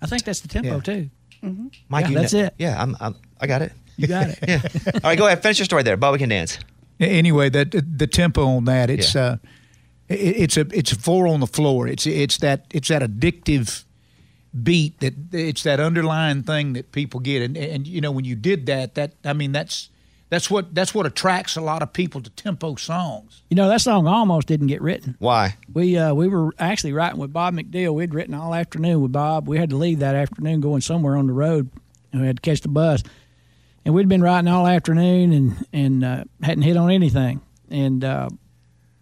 S7: I think that's the tempo too. Mm-hmm.
S8: Mike, you
S7: that's
S8: know-
S7: it.
S8: Yeah, I'm, I'm, I got it.
S7: You got
S3: [LAUGHS]
S7: it.
S8: yeah. All right, go ahead. Finish your story there. Bubba can dance.
S3: anyway that the tempo on that it's
S8: Yeah.
S3: uh it, it's a it's a four on the floor it's it's that it's that addictive beat that it's that underlying thing that people get and and you know when you did that that i mean that's That's what that's what attracts a lot of people to tempo songs.
S7: You know that song almost didn't get written.
S8: Why?
S7: We uh, we were actually writing with Bob McDill. We'd written all afternoon with Bob. We had to leave that afternoon going somewhere on the road. And we had to catch the bus, and we'd been writing all afternoon and and uh, hadn't hit on anything. And uh,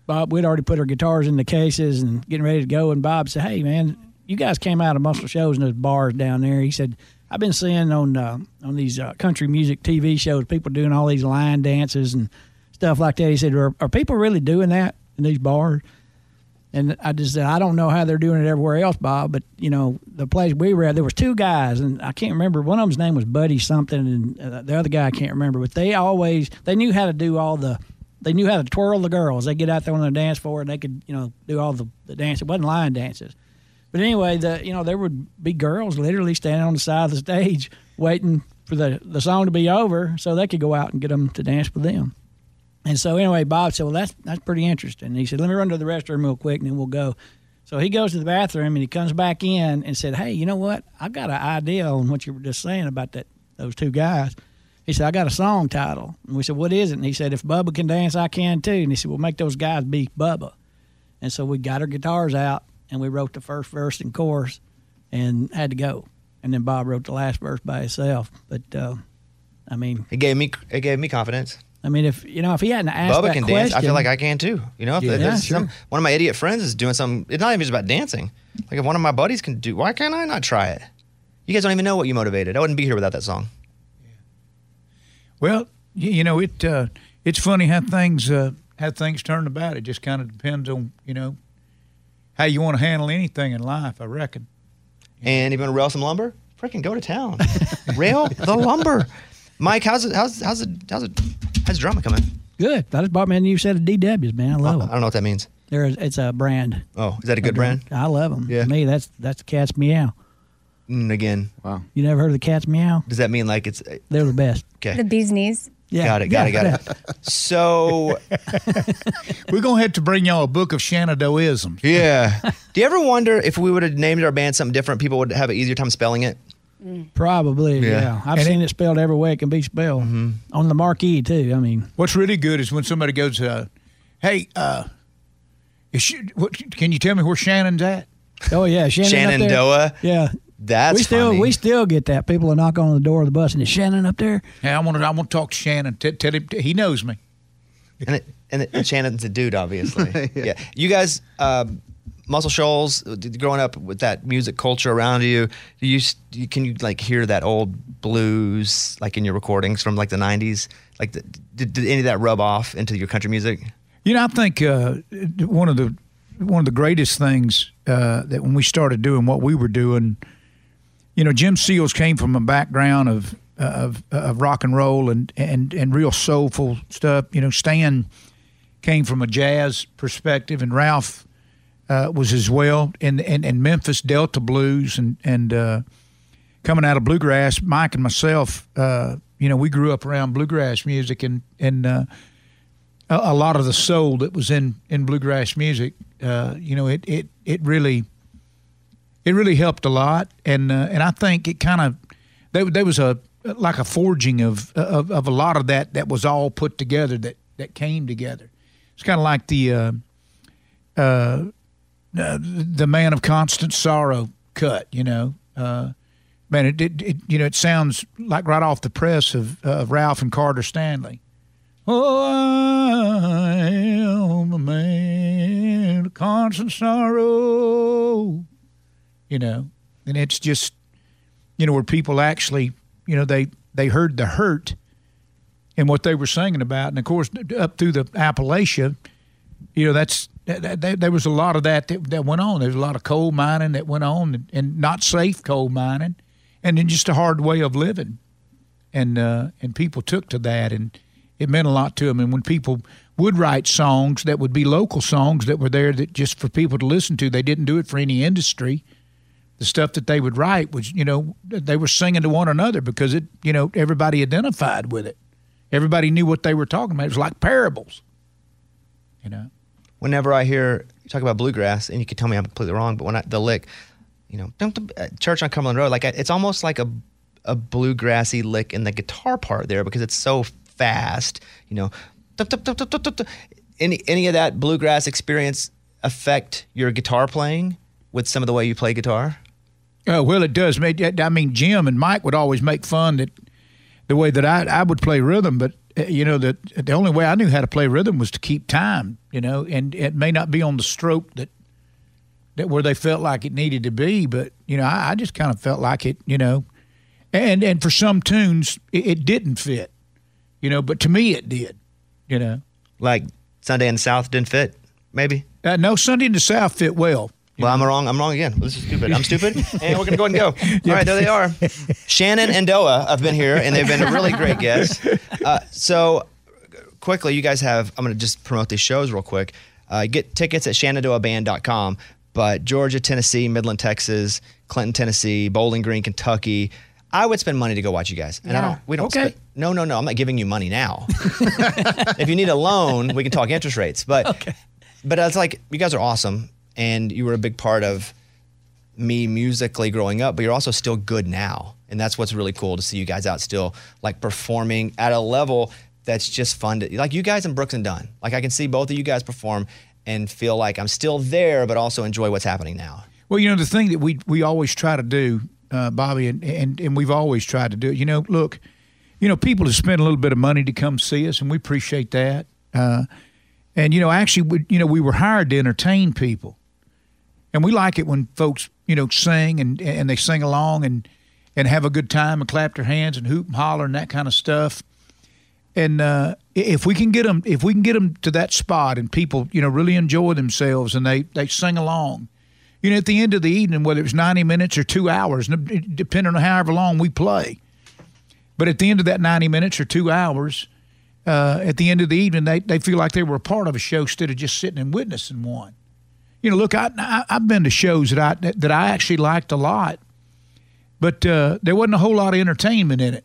S7: Bob, we'd already put our guitars in the cases and getting ready to go. And Bob said, "Hey man, you guys came out of muscle shows and those bars down there." He said. I've been seeing on uh, on these uh, country music TV shows people doing all these line dances and stuff like that. He said, "Are, are people really doing that in these bars?" And I just said, "I don't know how they're doing it everywhere else, Bob, but you know the place we were at, there was two guys, and I can't remember. One of them's name was Buddy something, and uh, the other guy I can't remember. But they always they knew how to do all the." They knew how to twirl the girls. They get out there on the dance floor and they could, you know, do all the, the dance. It wasn't line dances. But anyway, the you know there would be girls literally standing on the side of the stage waiting for the the song to be over so they could go out and get them to dance with them. And so anyway, Bob said, "Well, that's that's pretty interesting." And he said, "Let me run to the restroom real quick, and then we'll go." So he goes to the bathroom and he comes back in and said, "Hey, you know what? I've got an idea on what you were just saying about that those two guys." He said, "I got a song title." And we said, "What is it?" And he said, "If Bubba can dance, I can too." And he said, "Well, make those guys be Bubba." And so we got our guitars out and we wrote the first verse and chorus and had to go. And then Bob wrote the last verse by himself. But uh, I mean,
S8: it gave me it gave me confidence.
S7: I mean, if you know, if he hadn't asked
S8: Bubba
S7: that
S8: can
S7: question,
S8: dance. I feel like I can too. You know, if
S7: Yeah,
S8: there's
S7: sure.
S8: some, one of my idiot friends is doing something, it's not even just about dancing. Like if one of my buddies can do, why can't I not try it? You guys don't even know what you motivated. I wouldn't be here without that song.
S3: Well, you, you know it. Uh, it's funny how things uh, how things turn about. It just kind of depends on you know how you want to handle anything in life. I
S7: [LAUGHS]
S3: reckon.
S8: And you want to rail some lumber? Freaking go to town. [LAUGHS] rail the lumber. Mike, how's it? How's how's it? How's it? How's the drama coming?
S7: good. I just bought me a new set of DWs, man. I love them.
S8: I don't know what that means.
S7: There is, it's a brand.
S8: Oh, is that a good brand?
S7: I love them. Yeah. me, that's that's cat's meow.
S8: Mm, again, wow.
S7: You never heard of the cat's meow?
S8: Does that mean like it's okay?
S7: They're the best.
S4: The
S8: [LAUGHS]
S4: bee's knees.
S8: Got it. Got it. Got it.
S7: [LAUGHS]
S8: So
S3: we're gonna have to bring y'all a book of Shenandoahisms.
S8: Yeah. Do you ever wonder if we would have named our band something different, people would have an easier time spelling it? Yeah.
S7: Probably,
S8: Mm-hmm.
S7: yeah. I've
S3: And
S7: seen it, spelled every way it can be spelled. On the marquee too. I mean,
S3: What's really good is when somebody goes, uh, "Hey, uh, is she, what, can you tell me where Shannon's at?"
S7: oh yeah, Shannon up there.
S8: Shenandoah.
S7: Yeah,
S8: That's
S7: we still
S3: funny.
S7: we still get that. People will knock on the door of the bus and it's Shannon up there.
S3: Yeah, I want to. I want to talk to Shannon. T- tell him he knows me.
S8: And, it, and, it, and Shannon's a dude, obviously. yeah. You guys, um, Muscle Shoals, did- growing up with that music culture around you, do you, s- do you can you like hear that old blues like in your recordings from like the '90s? Like, the, did, did any of that rub off into your country music?
S3: You know, I think uh, one of the one of the greatest things uh, that when we started doing what we were doing, you know, Jim Seals came from a background of of, of rock and roll and, and and real soulful stuff. You know, Stan came from a jazz perspective, and Ralph uh, was as well. And, and and Memphis Delta blues and and uh, coming out of bluegrass, Mike and myself, uh, you know, we grew up around bluegrass music and and. Uh, a, a lot of the soul that was in in bluegrass music. Uh, you know, it it it really it really helped a lot, and uh, and I think it kind of there, there was a like a forging of, of of a lot of that that was all put together that that came together. It's kind of like the uh, uh, uh, the man of constant sorrow cut. You know. Uh, Man, it, it, it you know it sounds like right off the press of uh, of Ralph and Carter Stanley. Oh, I am a man of constant sorrow. You know, and it's just, you know, where people actually, you know, they they heard the hurt and what they were singing about, and of course, up through the Appalachia, you know, that's that, that, that- there was a lot of that, that that went on. There was a lot of coal mining that went on, and, and not safe coal mining, and then just a hard way of living, and uh, and people took to that, and it meant a lot to them. And when people would write songs that would be local songs that were there that just for people to listen to, they didn't do it for any industry. The stuff that they would write was, you know, they were singing to one another because it, you know, everybody identified with it. Everybody knew what they were talking about. It was like parables. You know.
S8: Whenever I hear you talk about bluegrass, and you can tell me I'm completely wrong, but when I, the lick, you know, dum, dum, uh, church on Cumberland Road, like I, it's almost like a a bluegrassy lick in the guitar part there because it's so
S1: fast, you know, tup, tup, tup, tup, tup, tup, tup. any any of that bluegrass experience affect your guitar playing with some of the way you play guitar?
S3: Oh well, it does. Mate, that- I mean, Jim and Mike would always make fun that the way that I, I would play rhythm, but uh, you know that the only way I knew how to play rhythm was to keep time. You know, and it may not be on the stroke that that where they felt like it needed to be, but you know, I, I just kind of felt like it. You know, and and for some tunes, it, it didn't fit. You know, but to me, it did. You know,
S1: like Sunday in the South didn't fit, maybe.
S3: Uh, no, Sunday in the South fit well.
S1: Well, I'm wrong. I'm wrong again. This is stupid. I'm stupid, and we're gonna go ahead and go. All right, there they are. Shannon and Doa have been here, and they've been really great guests. Uh, so quickly, you guys have. I'm gonna just promote these shows real quick. Uh, get tickets at shenandoahband.com. But Georgia, Tennessee, Midland, Texas, Clinton, Tennessee, Bowling Green, Kentucky. I would spend money to go watch you guys, and I
S3: Yeah.
S1: don't. We don't.
S3: Okay.
S1: spend- no, no, no. I'm not giving you money now. [LAUGHS] if you need a loan, we can talk interest rates. But but I was like, you guys are awesome, and you were a big part of me musically growing up. But you're also still good now, and that's what's really cool to see you guys out still like performing at a level that's just fun to like you guys and Brooks and Dunn. Like I can see both of you guys perform and feel like I'm still there, but also enjoy what's happening now.
S3: Well, you know, the thing that we we always try to do, uh, Bobby, and, and and we've always tried to do it. You know, look, you know, people have spent a little bit of money to come see us, and we appreciate that. Uh, and you know, actually, we, you know, we were hired to entertain people, and we like it when folks, you know, sing and and they sing along and and have a good time and clap their hands and hoop and holler and that kind of stuff. And uh, i- if we can get them, if we can get them to that spot, and people, you know, really enjoy themselves and they they sing along, you know, at the end of the evening, whether it's 90 minutes or two hours, n- it- depending on however long we play. But at the end of that 90 minutes or two hours, uh, at the end of the evening, they, they feel like they were a part of a show instead of just sitting and witnessing one. You know, look, I, I, I've been to shows that I, that, that I actually liked a lot, but uh, there wasn't a whole lot of entertainment in it.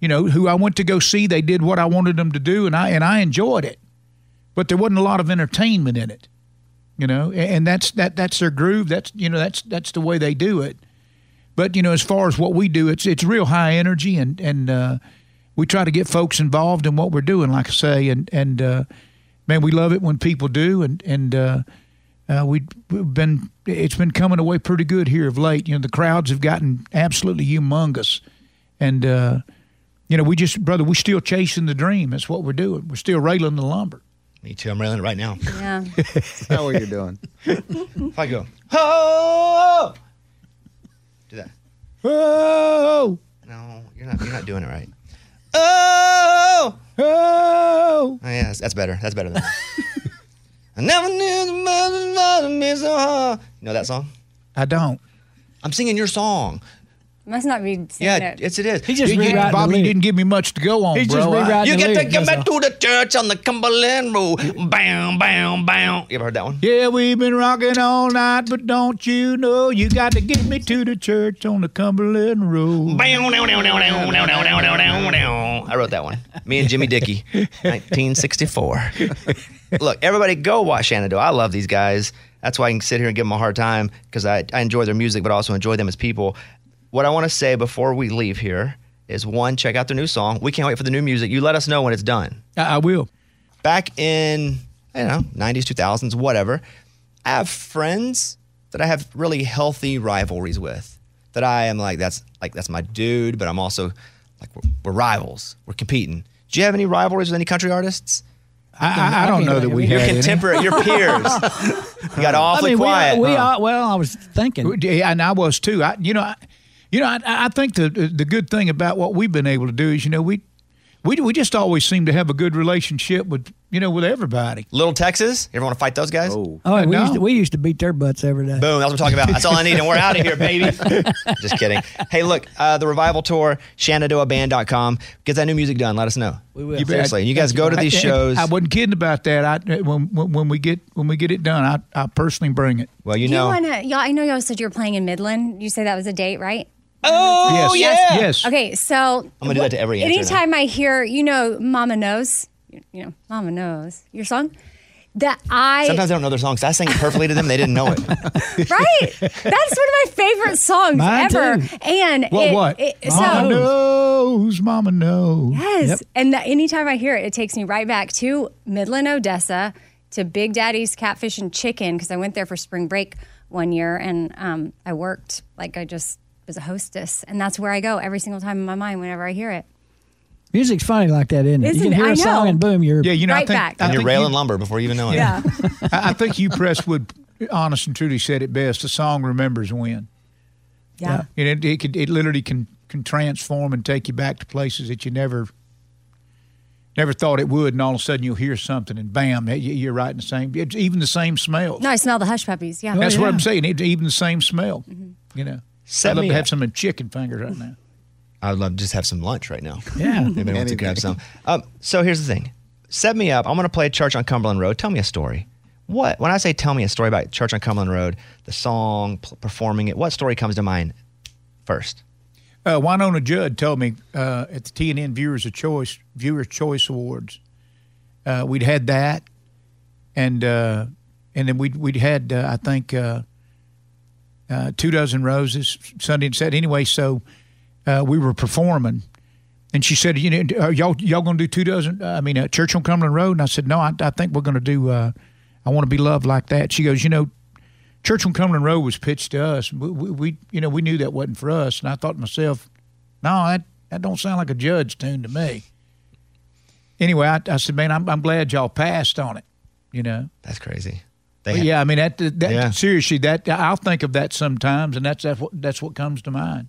S3: You know, who I went to go see, they did what I wanted them to do, and I, and I enjoyed it. But there wasn't a lot of entertainment in it you know a- and that's that that's their groove that's you know that's that's the way they do it but you know as far as what we do it's it's real high energy and and uh we try to get folks involved in what we're doing like i say and and uh man we love it when people do and and uh uh, we- we've been it's been coming away pretty good here of late. You know the crowds have gotten absolutely humongous, and uh, you know we just brother we still chasing the dream. That's what we're doing. We're still railing the lumber.
S1: Me too. I'm railing it right now.
S4: Yeah.
S3: That's
S1: not
S3: what you're doing.
S1: If I go, oh, do that.
S3: Oh,
S1: No, you're not. You're not doing it right.
S16: Oh!
S3: Oh!
S1: Oh, yeah, that's, that's better. That's better than that.
S16: I never knew the mother loved me so hard.
S1: You know that song?
S3: I don't.
S1: I'm singing your song.
S4: Must not be.
S1: Yeah,
S4: it.
S1: it's it is.
S3: You- you- Bobby, you didn't give me much to go on,
S1: He's
S3: bro.
S1: just
S3: I-
S1: rewriting You the get to lyrics, come that's back to the church on the Cumberland Road. Bam, bam, bam. You ever heard that one?
S3: Yeah, we've been rocking all night, but don't you know you got to get me to the church on the Cumberland Road.
S1: I wrote that one. Me and Jimmy Dickey, 1964. Look, everybody go watch Shenandoah. I love these guys. That's why I can sit here and give them a hard time because I, I enjoy their music, but also enjoy them as people. What I want to say before we leave here is one, check out their new song. We can't wait for the new music. You let us know when it's done.
S3: I, I will.
S1: Back in, I don't know, 90s, 2000s, whatever, I have friends that I have really healthy rivalries with. That I am like, that's like that's my dude, but I'm also like we're, we're rivals. We're competing. Do you have any rivalries with any country artists?
S3: I, I, I don't know that we
S1: your
S3: had
S1: contemporary,
S3: any.
S1: your
S3: [LAUGHS]
S1: peers. you got awfully
S3: I mean, we-
S1: quiet.
S3: we
S1: huh?
S3: are-
S7: well, I
S3: [LAUGHS]
S7: was thinking,
S3: yeah, and I was too. I, you know, I, you know, I, I think the the good thing about what we've been able to do is, you know, we we we just always seem to have a good relationship with you know with everybody.
S1: Little Texas, you ever want to fight those guys? Oh,
S7: Oh, we, used to, we used to beat their butts every day.
S1: Boom, that's what I'm talking about. That's all I need, and we're out of here, [LAUGHS] baby. Just kidding. Hey, look, uh, the revival tour, shenandoahband.com. Get that new music done. Let us know. We will.
S3: bet.
S1: Seriously, you guys go to these
S3: I- I-
S1: shows.
S3: I, wasn't kidding about that. I when when when we get when we get it done, I I personally bring it.
S1: Well, you
S4: Do you want to? Y'all, I know y'all said you were playing in Midland. You say that was a date, right?
S1: Oh,
S3: Yes. yeah. Yes.
S4: Okay, so
S1: I'm gonna do that to every answer now.
S4: Anytime I hear, you know, Mama knows, you know, Mama knows your song. that I
S8: Sometimes I don't know their songs. I sang it perfectly to them. They didn't know it.
S1: [LAUGHS]
S4: right. That's one of my favorite songs
S8: Mine
S4: ever.
S8: too.
S4: And
S8: What,
S4: it-
S8: what?
S4: it- so
S3: Mama knows. Mama knows.
S4: yes,
S3: Yep.
S4: and that anytime I hear it, it takes me right back to Midland, Odessa, to Big Daddy's Catfish and Chicken because I went there for spring break one year and um, I worked like I just was a hostess, and that's where I go every single time in my mind whenever I hear it.
S7: Music's funny like that, isn't it? you
S4: Isn't
S7: can
S4: it?
S7: hear
S4: I
S7: a song
S4: know.
S7: and boom, you're
S3: Yeah, you know, I
S4: Right
S3: think,
S4: back.
S3: I
S8: And you're
S3: think
S8: railing
S3: you-
S8: lumber before you even know it.
S4: Yeah.
S3: [LAUGHS] I, I think you Presswood, honest and truly, said it best. The song remembers when.
S4: Yeah.
S3: And it, it could, it literally can can transform and take you back to places that you never never thought it would, and all of a sudden you'll hear something, and bam, you- you're right in the same. It's even the same smell.
S4: No, I smell the hush puppies. Yeah, Mm-hmm.
S3: That's what I'm saying. It, even the same smell. You know,
S8: Set
S3: I'd love
S8: me
S3: to
S8: up.
S3: have some of chicken fingers right now.
S8: I would love to just have some lunch right now.
S3: Yeah.
S8: Anybody wants
S3: Any
S8: to grab
S3: day.
S8: some. Um, so here's the thing. Set me up. I'm going to play a church on Cumberland Road. Tell me a story. What? When I say tell me a story about church on Cumberland Road, the song, p- performing it, what story comes to mind first?
S3: Uh, Winona Judd told me uh, at the TNN Viewers of Choice Viewers Choice Awards, uh, we'd had that, and uh, and then we'd we'd had uh, I think uh, uh, two dozen roses Sunday and Saturday. Anyway, so uh, we were performing, and she said, "You know, are y'all y'all gonna do two dozen? I mean, uh, Church on Cumberland Road?" And I said, "No, I, I think we're gonna do. Uh, I want to be loved like that." She goes, "You know, Church on Cumberland Road was pitched to us. We, we, we you know, we knew that wasn't for us." And I thought to myself, "No, that that don't sound like a judge tune to me." Anyway, I, I said, "Man, I'm, I'm glad y'all passed on it." You know,
S8: that's crazy.
S3: But yeah, I mean that. that
S8: Yeah.
S3: Seriously, that I'll think of that sometimes, and that's that's what, that's what comes to mind.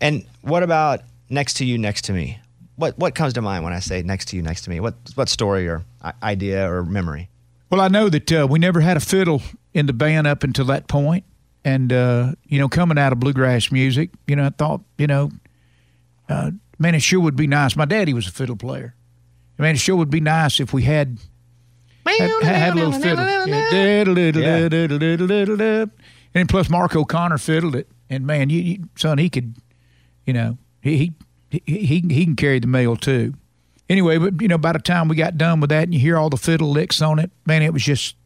S8: And what about next to you, next to me? What what comes to mind when I say next to you, next to me? What what story or i- idea or memory?
S3: Well, I know that uh, we never had a fiddle in the band up until that point, and uh, you know, coming out of bluegrass music, you know, I thought, you know, uh, man, it sure would be nice. My daddy was a fiddle player. Man, it sure would be nice if we had had, had a little fiddle. Yeah. And then plus Mark O'Connor fiddled it, and man, you, you son, he could, you know, he he he he can carry the mail too. Anyway, but you know, by the time we got done with that, and you hear all the fiddle licks on it, man, it was just,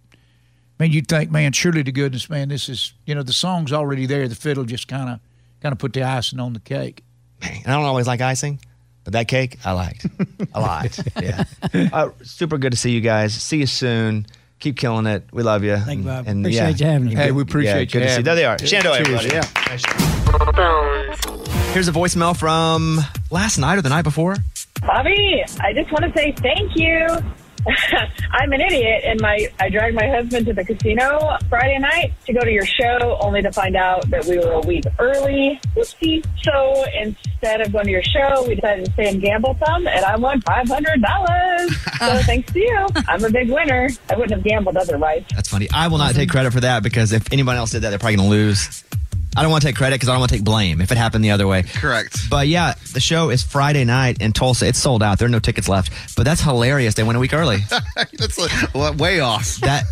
S3: man, you'd think, man, surely to goodness, man, this is, you know, the song's already there, the fiddle just kind of kind of put the icing on the cake.
S8: And I don't always like icing, but that cake I liked a [LAUGHS] lot. Yeah. Uh, super good to see you guys. See you soon. Keep killing it. We love you. Thank you,
S7: Bob. Appreciate you having us. Hey, we appreciate
S8: yeah,
S7: you
S8: Good to see.
S7: having
S8: There they are.
S7: us.
S8: Shando, everybody.
S7: Seriously.
S8: Yeah. Here's a voicemail from last night or the night before.
S5: Bobby, I just want to say thank you. [LAUGHS] I'm an idiot, and my I dragged my husband to the casino Friday night to go to your show, only to find out that we were a week early. Whoopsie! So instead of going to your show, we decided to stay and gamble some, and I won five hundred dollars. so thanks to you, I'm a big winner. I wouldn't have gambled otherwise.
S8: That's funny. I will not take credit for that because if anyone else did that, they're probably going to lose. I don't want to take credit because I don't want to take blame if it happened the other way. Correct. But yeah, the show is Friday night in Tulsa. It's sold out. There are no tickets left. But that's hilarious. They went a week early.
S6: That's like, well, way off.
S8: That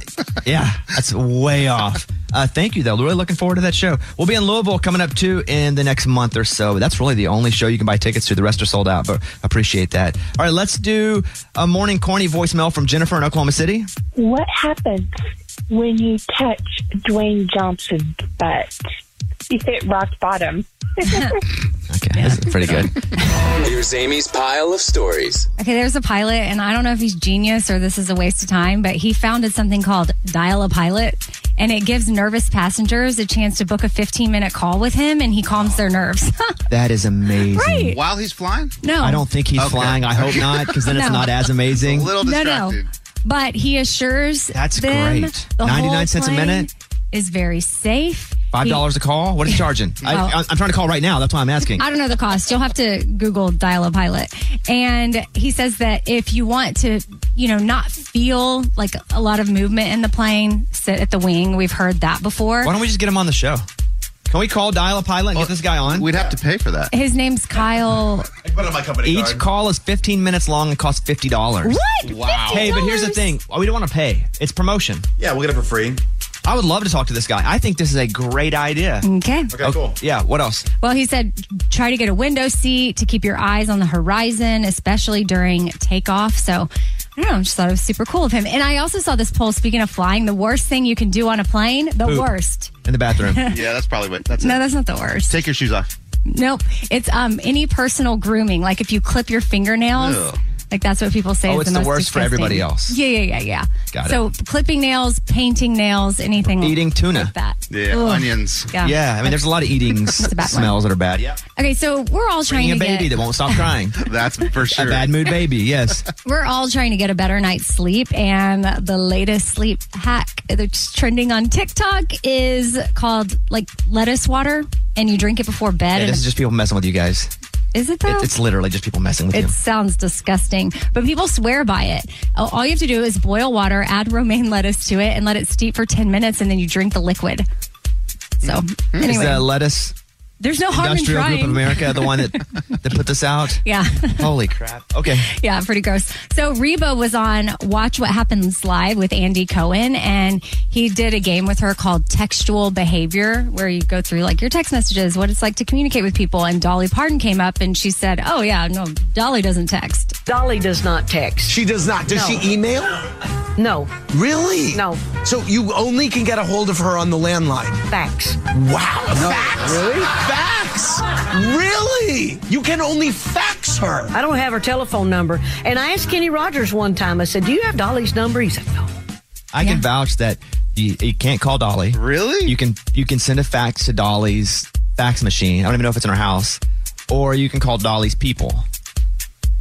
S8: yeah, that's way off. Uh, thank you though. Really looking forward to that show. We'll be in Louisville coming up too in the next month or so. That's really the only show you can buy tickets to. The rest are sold out, but appreciate that. All right, let's do a morning corny voicemail from Jennifer in Oklahoma City.
S17: What happens when you touch Dwayne Johnson's butt? You hit rock bottom.
S8: Okay, that's pretty good.
S14: Here's Amy's pile of stories.
S18: [LAUGHS] Okay, there's a pilot, and I don't know if he's genius or this is a waste of time, but he founded something called Dial a Pilot, and it gives nervous passengers a chance to book a 15 minute call with him, and he calms their nerves. [LAUGHS]
S8: That is amazing.
S18: Right.
S6: While he's flying?
S18: No.
S8: I don't think he's
S6: Okay.
S8: flying. I hope
S6: Okay.
S8: not, because then it's
S18: No.
S8: not as amazing.
S18: no, no. But he assures
S8: That's
S18: them
S8: great.
S18: the
S8: 99
S18: whole
S8: cents a
S18: plane
S8: minute?
S18: is very safe.
S8: Five
S18: He-
S8: dollars a call. What is he charging?
S18: Well-
S8: I, I'm trying to call right now. That's why I'm asking.
S18: I don't know the cost. You'll have to Google dial a pilot. And he says that if you want to, you know, not feel like a lot of movement in the plane, sit at the wing. We've heard that before.
S8: Why don't we just get him on the show? Can we call Dial a Pilot and get this guy on? We'd have to pay for that.
S18: His name's Kyle.
S8: Each call is 15 minutes long and costs $50.
S18: What? Wow.
S8: Hey, but here's the thing. We don't want to pay. It's promotion. Yeah, we'll get it for free. I would love to talk to this guy. I think this is a great idea.
S18: Okay.
S8: Okay, cool. Yeah, what else?
S18: Well, he said try to get a window seat to keep your eyes on the horizon, especially during takeoff. So
S4: I don't know. I just thought it was super cool of him. And I also saw this poll. Speaking of flying, the worst thing you can do on a plane, the
S19: Poop.
S4: worst.
S1: in the [LAUGHS] bathroom.
S19: yeah, that's probably what. That's
S4: No,
S19: it.
S4: that's not the worst.
S19: Take your shoes off.
S4: Nope. It's um any personal grooming. Like if you clip your fingernails.
S19: Ew.
S4: Like that's what people say.
S1: Oh,
S4: is
S1: it's
S4: the,
S1: the
S4: most
S1: worst for
S4: disgusting.
S1: everybody else.
S4: Yeah, yeah, yeah, yeah.
S1: Got it.
S4: so clipping nails, painting nails, anything.
S1: Eating tuna.
S4: Like that.
S1: Yeah,
S4: Ugh.
S1: onions.
S4: Yeah.
S1: I mean, there's a lot of eating
S4: That's a bad one.
S1: smells that are bad. Yeah.
S4: Okay, so we're all trying
S1: Bringing a
S4: to
S1: baby
S4: get
S1: that won't stop
S4: [LAUGHS]
S1: crying.
S19: That's for sure.
S1: A bad mood baby, yes.
S4: we're all trying to get a better night's sleep, and the latest sleep hack that's trending on TikTok is called like lettuce water, and you drink it before bed.
S1: Yeah,
S4: and
S1: this is just people messing with you guys.
S4: is it though?
S1: It, it's literally just people messing with
S4: It
S1: you.
S4: sounds disgusting, but people swear by it. Oh, All you have to do is boil water, add romaine lettuce to it, and let it steep for 10 minutes, and then you drink the liquid. So,
S1: Mm-hmm. Is
S4: anyway,
S1: the uh, lettuce
S4: there's no harm in
S1: Industrial
S4: trying.
S1: Group of America the
S4: [LAUGHS]
S1: one that, that put this out?
S4: yeah.
S1: Holy crap. Okay.
S4: Yeah, pretty gross. So Reba was on Watch What Happens Live with Andy Cohen, and he did a game with her called Textual Behavior, where you go through like your text messages, what it's like to communicate with people. And Dolly Parton came up and she said, Oh, yeah, no, Dolly doesn't text.
S7: Dolly does not text. She does not.
S20: Does she email?
S7: No.
S20: Really?
S7: No.
S20: So you only can get a hold of her on the landline.
S7: Facts.
S20: Wow. facts?
S7: really?
S20: Facts. Really? You can only fax her.
S7: I don't have her telephone number. And I asked Kenny Rogers one time, I said, Do you have Dolly's number? He said, No.
S1: I can vouch that you, you can't call Dolly. Really? You can you can send a fax to Dolly's fax machine. I don't even know if it's in her house. Or you can call Dolly's people.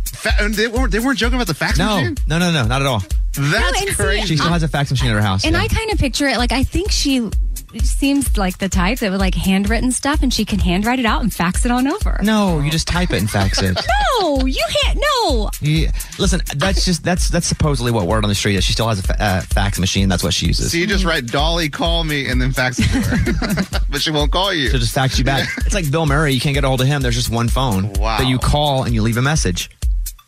S19: Fa- and they weren't. They weren't joking about the fax
S1: no,
S19: machine.
S1: no, no, no, not at all.
S19: That's
S4: and see,
S19: crazy.
S1: She still has a fax machine at her house.
S4: And
S1: yeah.
S4: I kind of picture it like I think she seems like the type that would like handwritten stuff and she can handwrite it out and fax it on over.
S1: No, you just type it and fax
S4: [LAUGHS]
S1: it.
S4: No, you can't. No.
S1: Yeah. Listen, that's just that's that's supposedly what word on the street is. She still has a fa- uh, fax machine. That's what she uses.
S19: So you just write Dolly, call me, and then fax it to her, [LAUGHS] but she won't call you.
S1: She'll just fax you back. it's like Bill Murray. You can't get a hold of him. There's just one phone wow. that you call and you leave a message,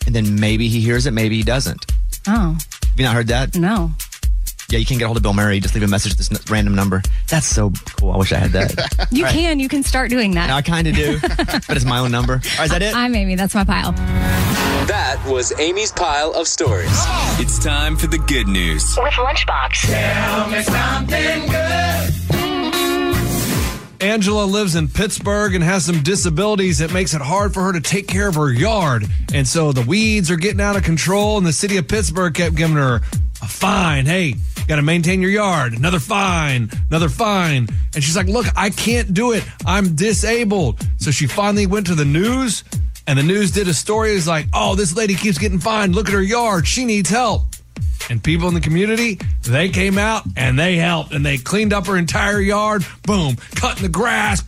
S1: and then maybe he hears it, maybe he doesn't.
S4: Oh,
S1: Have you not heard that?
S4: No.
S1: Yeah, you can't get a hold of Bill Murray. Just leave a message at this n- random number. That's so cool. I wish I had
S8: [LAUGHS]
S1: that.
S4: you
S1: All right.
S4: can. You can start doing that.
S1: Now, I kind of do, but it's my own number. All right, is that it?
S4: I'm Amy. That's my pile.
S5: That was Amy's pile of stories. It's time for the good news.
S6: With Lunchbox. Tell me something good.
S8: Angela lives in Pittsburgh and has some disabilities that makes it hard for her to take care of her yard. And so the weeds are getting out of control, and the city of Pittsburgh kept giving her a fine. Hey, got to maintain your yard. Another fine, another fine. And she's like, Look, I can't do it. I'm disabled. So she finally went to the news, and the news did a story. It's like, Oh, this lady keeps getting fined. Look at her yard. She needs help. And people in the community, they came out and they helped and they cleaned up her entire yard. Boom, cutting the grass,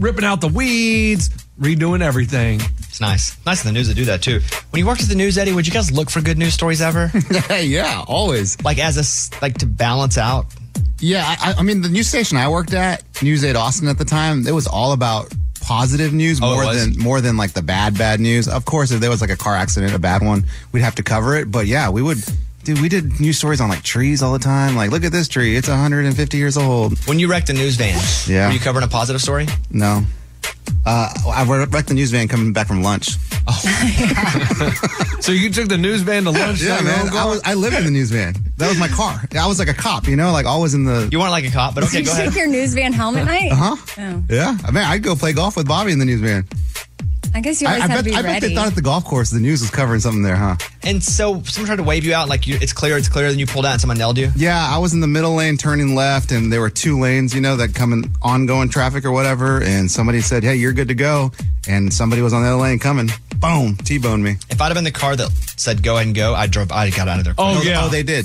S8: ripping out the weeds, redoing everything.
S1: It's nice. Nice in the news to do that too. When you worked at the news, Eddie, would you guys look for good news stories ever?
S12: yeah, always.
S1: Like as a s- like to balance out.
S12: Yeah, I, I- I mean the news station I worked at, News Eight Austin at the time, it was all about positive news
S1: Oh, it
S12: more
S1: was?
S12: than more than like the bad bad news. Of course, if there was like a car accident, a bad one, we'd have to cover it. But yeah, we would. Dude, we did news stories on like trees all the time. Like, look at this tree; it's 150 years old.
S1: When you wrecked a news van,
S12: yeah,
S1: Were you covering a positive story?
S12: no. Uh, I wrecked the news van coming back from lunch.
S8: So you took the news van to lunch.
S12: Yeah,
S8: like,
S12: man.
S8: oh,
S12: I, was, I lived in the news van. That was my car. I was like a cop, you know, like always in the.
S1: You weren't like a cop, but
S4: Did you take
S1: [LAUGHS]
S4: your news van home at night?
S12: Uh-huh.
S4: Oh.
S12: Yeah, I mean, I'd go play golf with Bobby in the news van.
S4: I guess you
S12: I,
S4: always
S12: I
S4: have
S12: bet,
S4: to be
S12: I bet
S4: ready.
S12: they thought at the golf course the news was covering something there, huh?
S1: And so someone tried to wave you out, like you, it's clear, it's clear. Then you pulled out, and someone nailed you.
S12: Yeah, I was in the middle lane turning left, and there were two lanes, you know, that come in ongoing traffic or whatever. And somebody said, "Hey, you're good to go," and somebody was on the other lane coming. Boom, t-boned me.
S1: If I'd have been the car that said go ahead and go, I drove. I got out of there.
S12: Oh,
S1: quick.
S12: yeah. Oh, they did.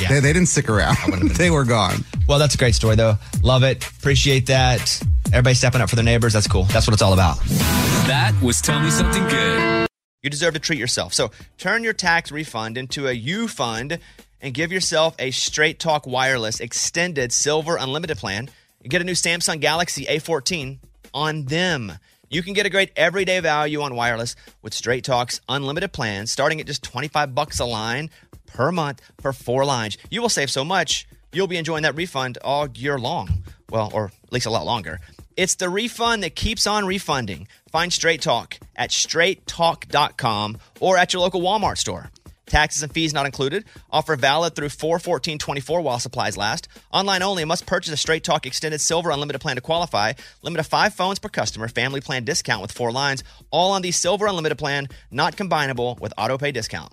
S1: Yeah.
S12: They, they didn't stick around. [LAUGHS] they were gone.
S1: Well, that's a great story though. Love it. Appreciate that. Everybody stepping up for their neighbors. That's cool. That's what it's all about.
S5: That was Tell Me Something Good.
S1: You deserve to treat yourself. So turn your tax refund into a U fund and give yourself a Straight Talk Wireless Extended Silver Unlimited plan. You get a new Samsung Galaxy A14 on them. You can get a great everyday value on wireless with Straight Talk's unlimited plan, starting at just 25 bucks a line per month for four lines. You will save so much, you'll be enjoying that refund all year long. Well, or at least a lot longer. It's the refund that keeps on refunding. Find Straight Talk at straighttalk.com or at your local Walmart store. Taxes and fees not included. Offer valid through 4-14-24 while supplies last. Online only. Must purchase a Straight Talk Extended Silver Unlimited plan to qualify. Limit of five phones per customer. Family plan discount with four lines. All on the Silver Unlimited plan. Not combinable with auto pay discount.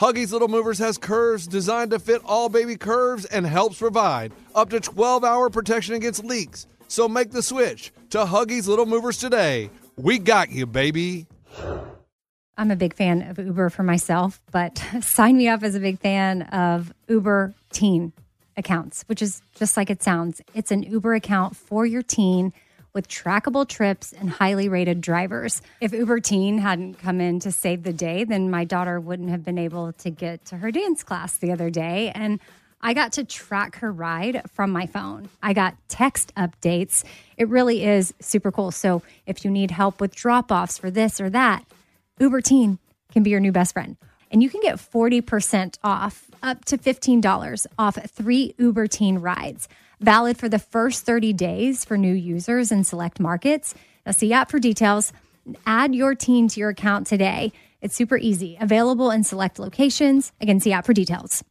S8: Huggies Little Movers has curves designed to fit all baby curves and helps provide up to 12 hour protection against leaks. So make the switch to Huggies Little Movers today. We got you, baby.
S4: I'm a big fan of Uber for myself, but [LAUGHS] sign me up as a big fan of Uber teen accounts, which is just like it sounds. It's an Uber account for your teen with trackable trips and highly rated drivers. If Uber teen hadn't come in to save the day, then my daughter wouldn't have been able to get to her dance class the other day. And I got to track her ride from my phone. I got text updates. It really is super cool. So if you need help with drop offs for this or that, Uber Teen can be your new best friend. And you can get 40% off, up to $15 off three Uber Teen rides, valid for the first 30 days for new users in select markets. Now, see app for details. Add your teen to your account today. It's super easy, available in select locations. Again, see app for details.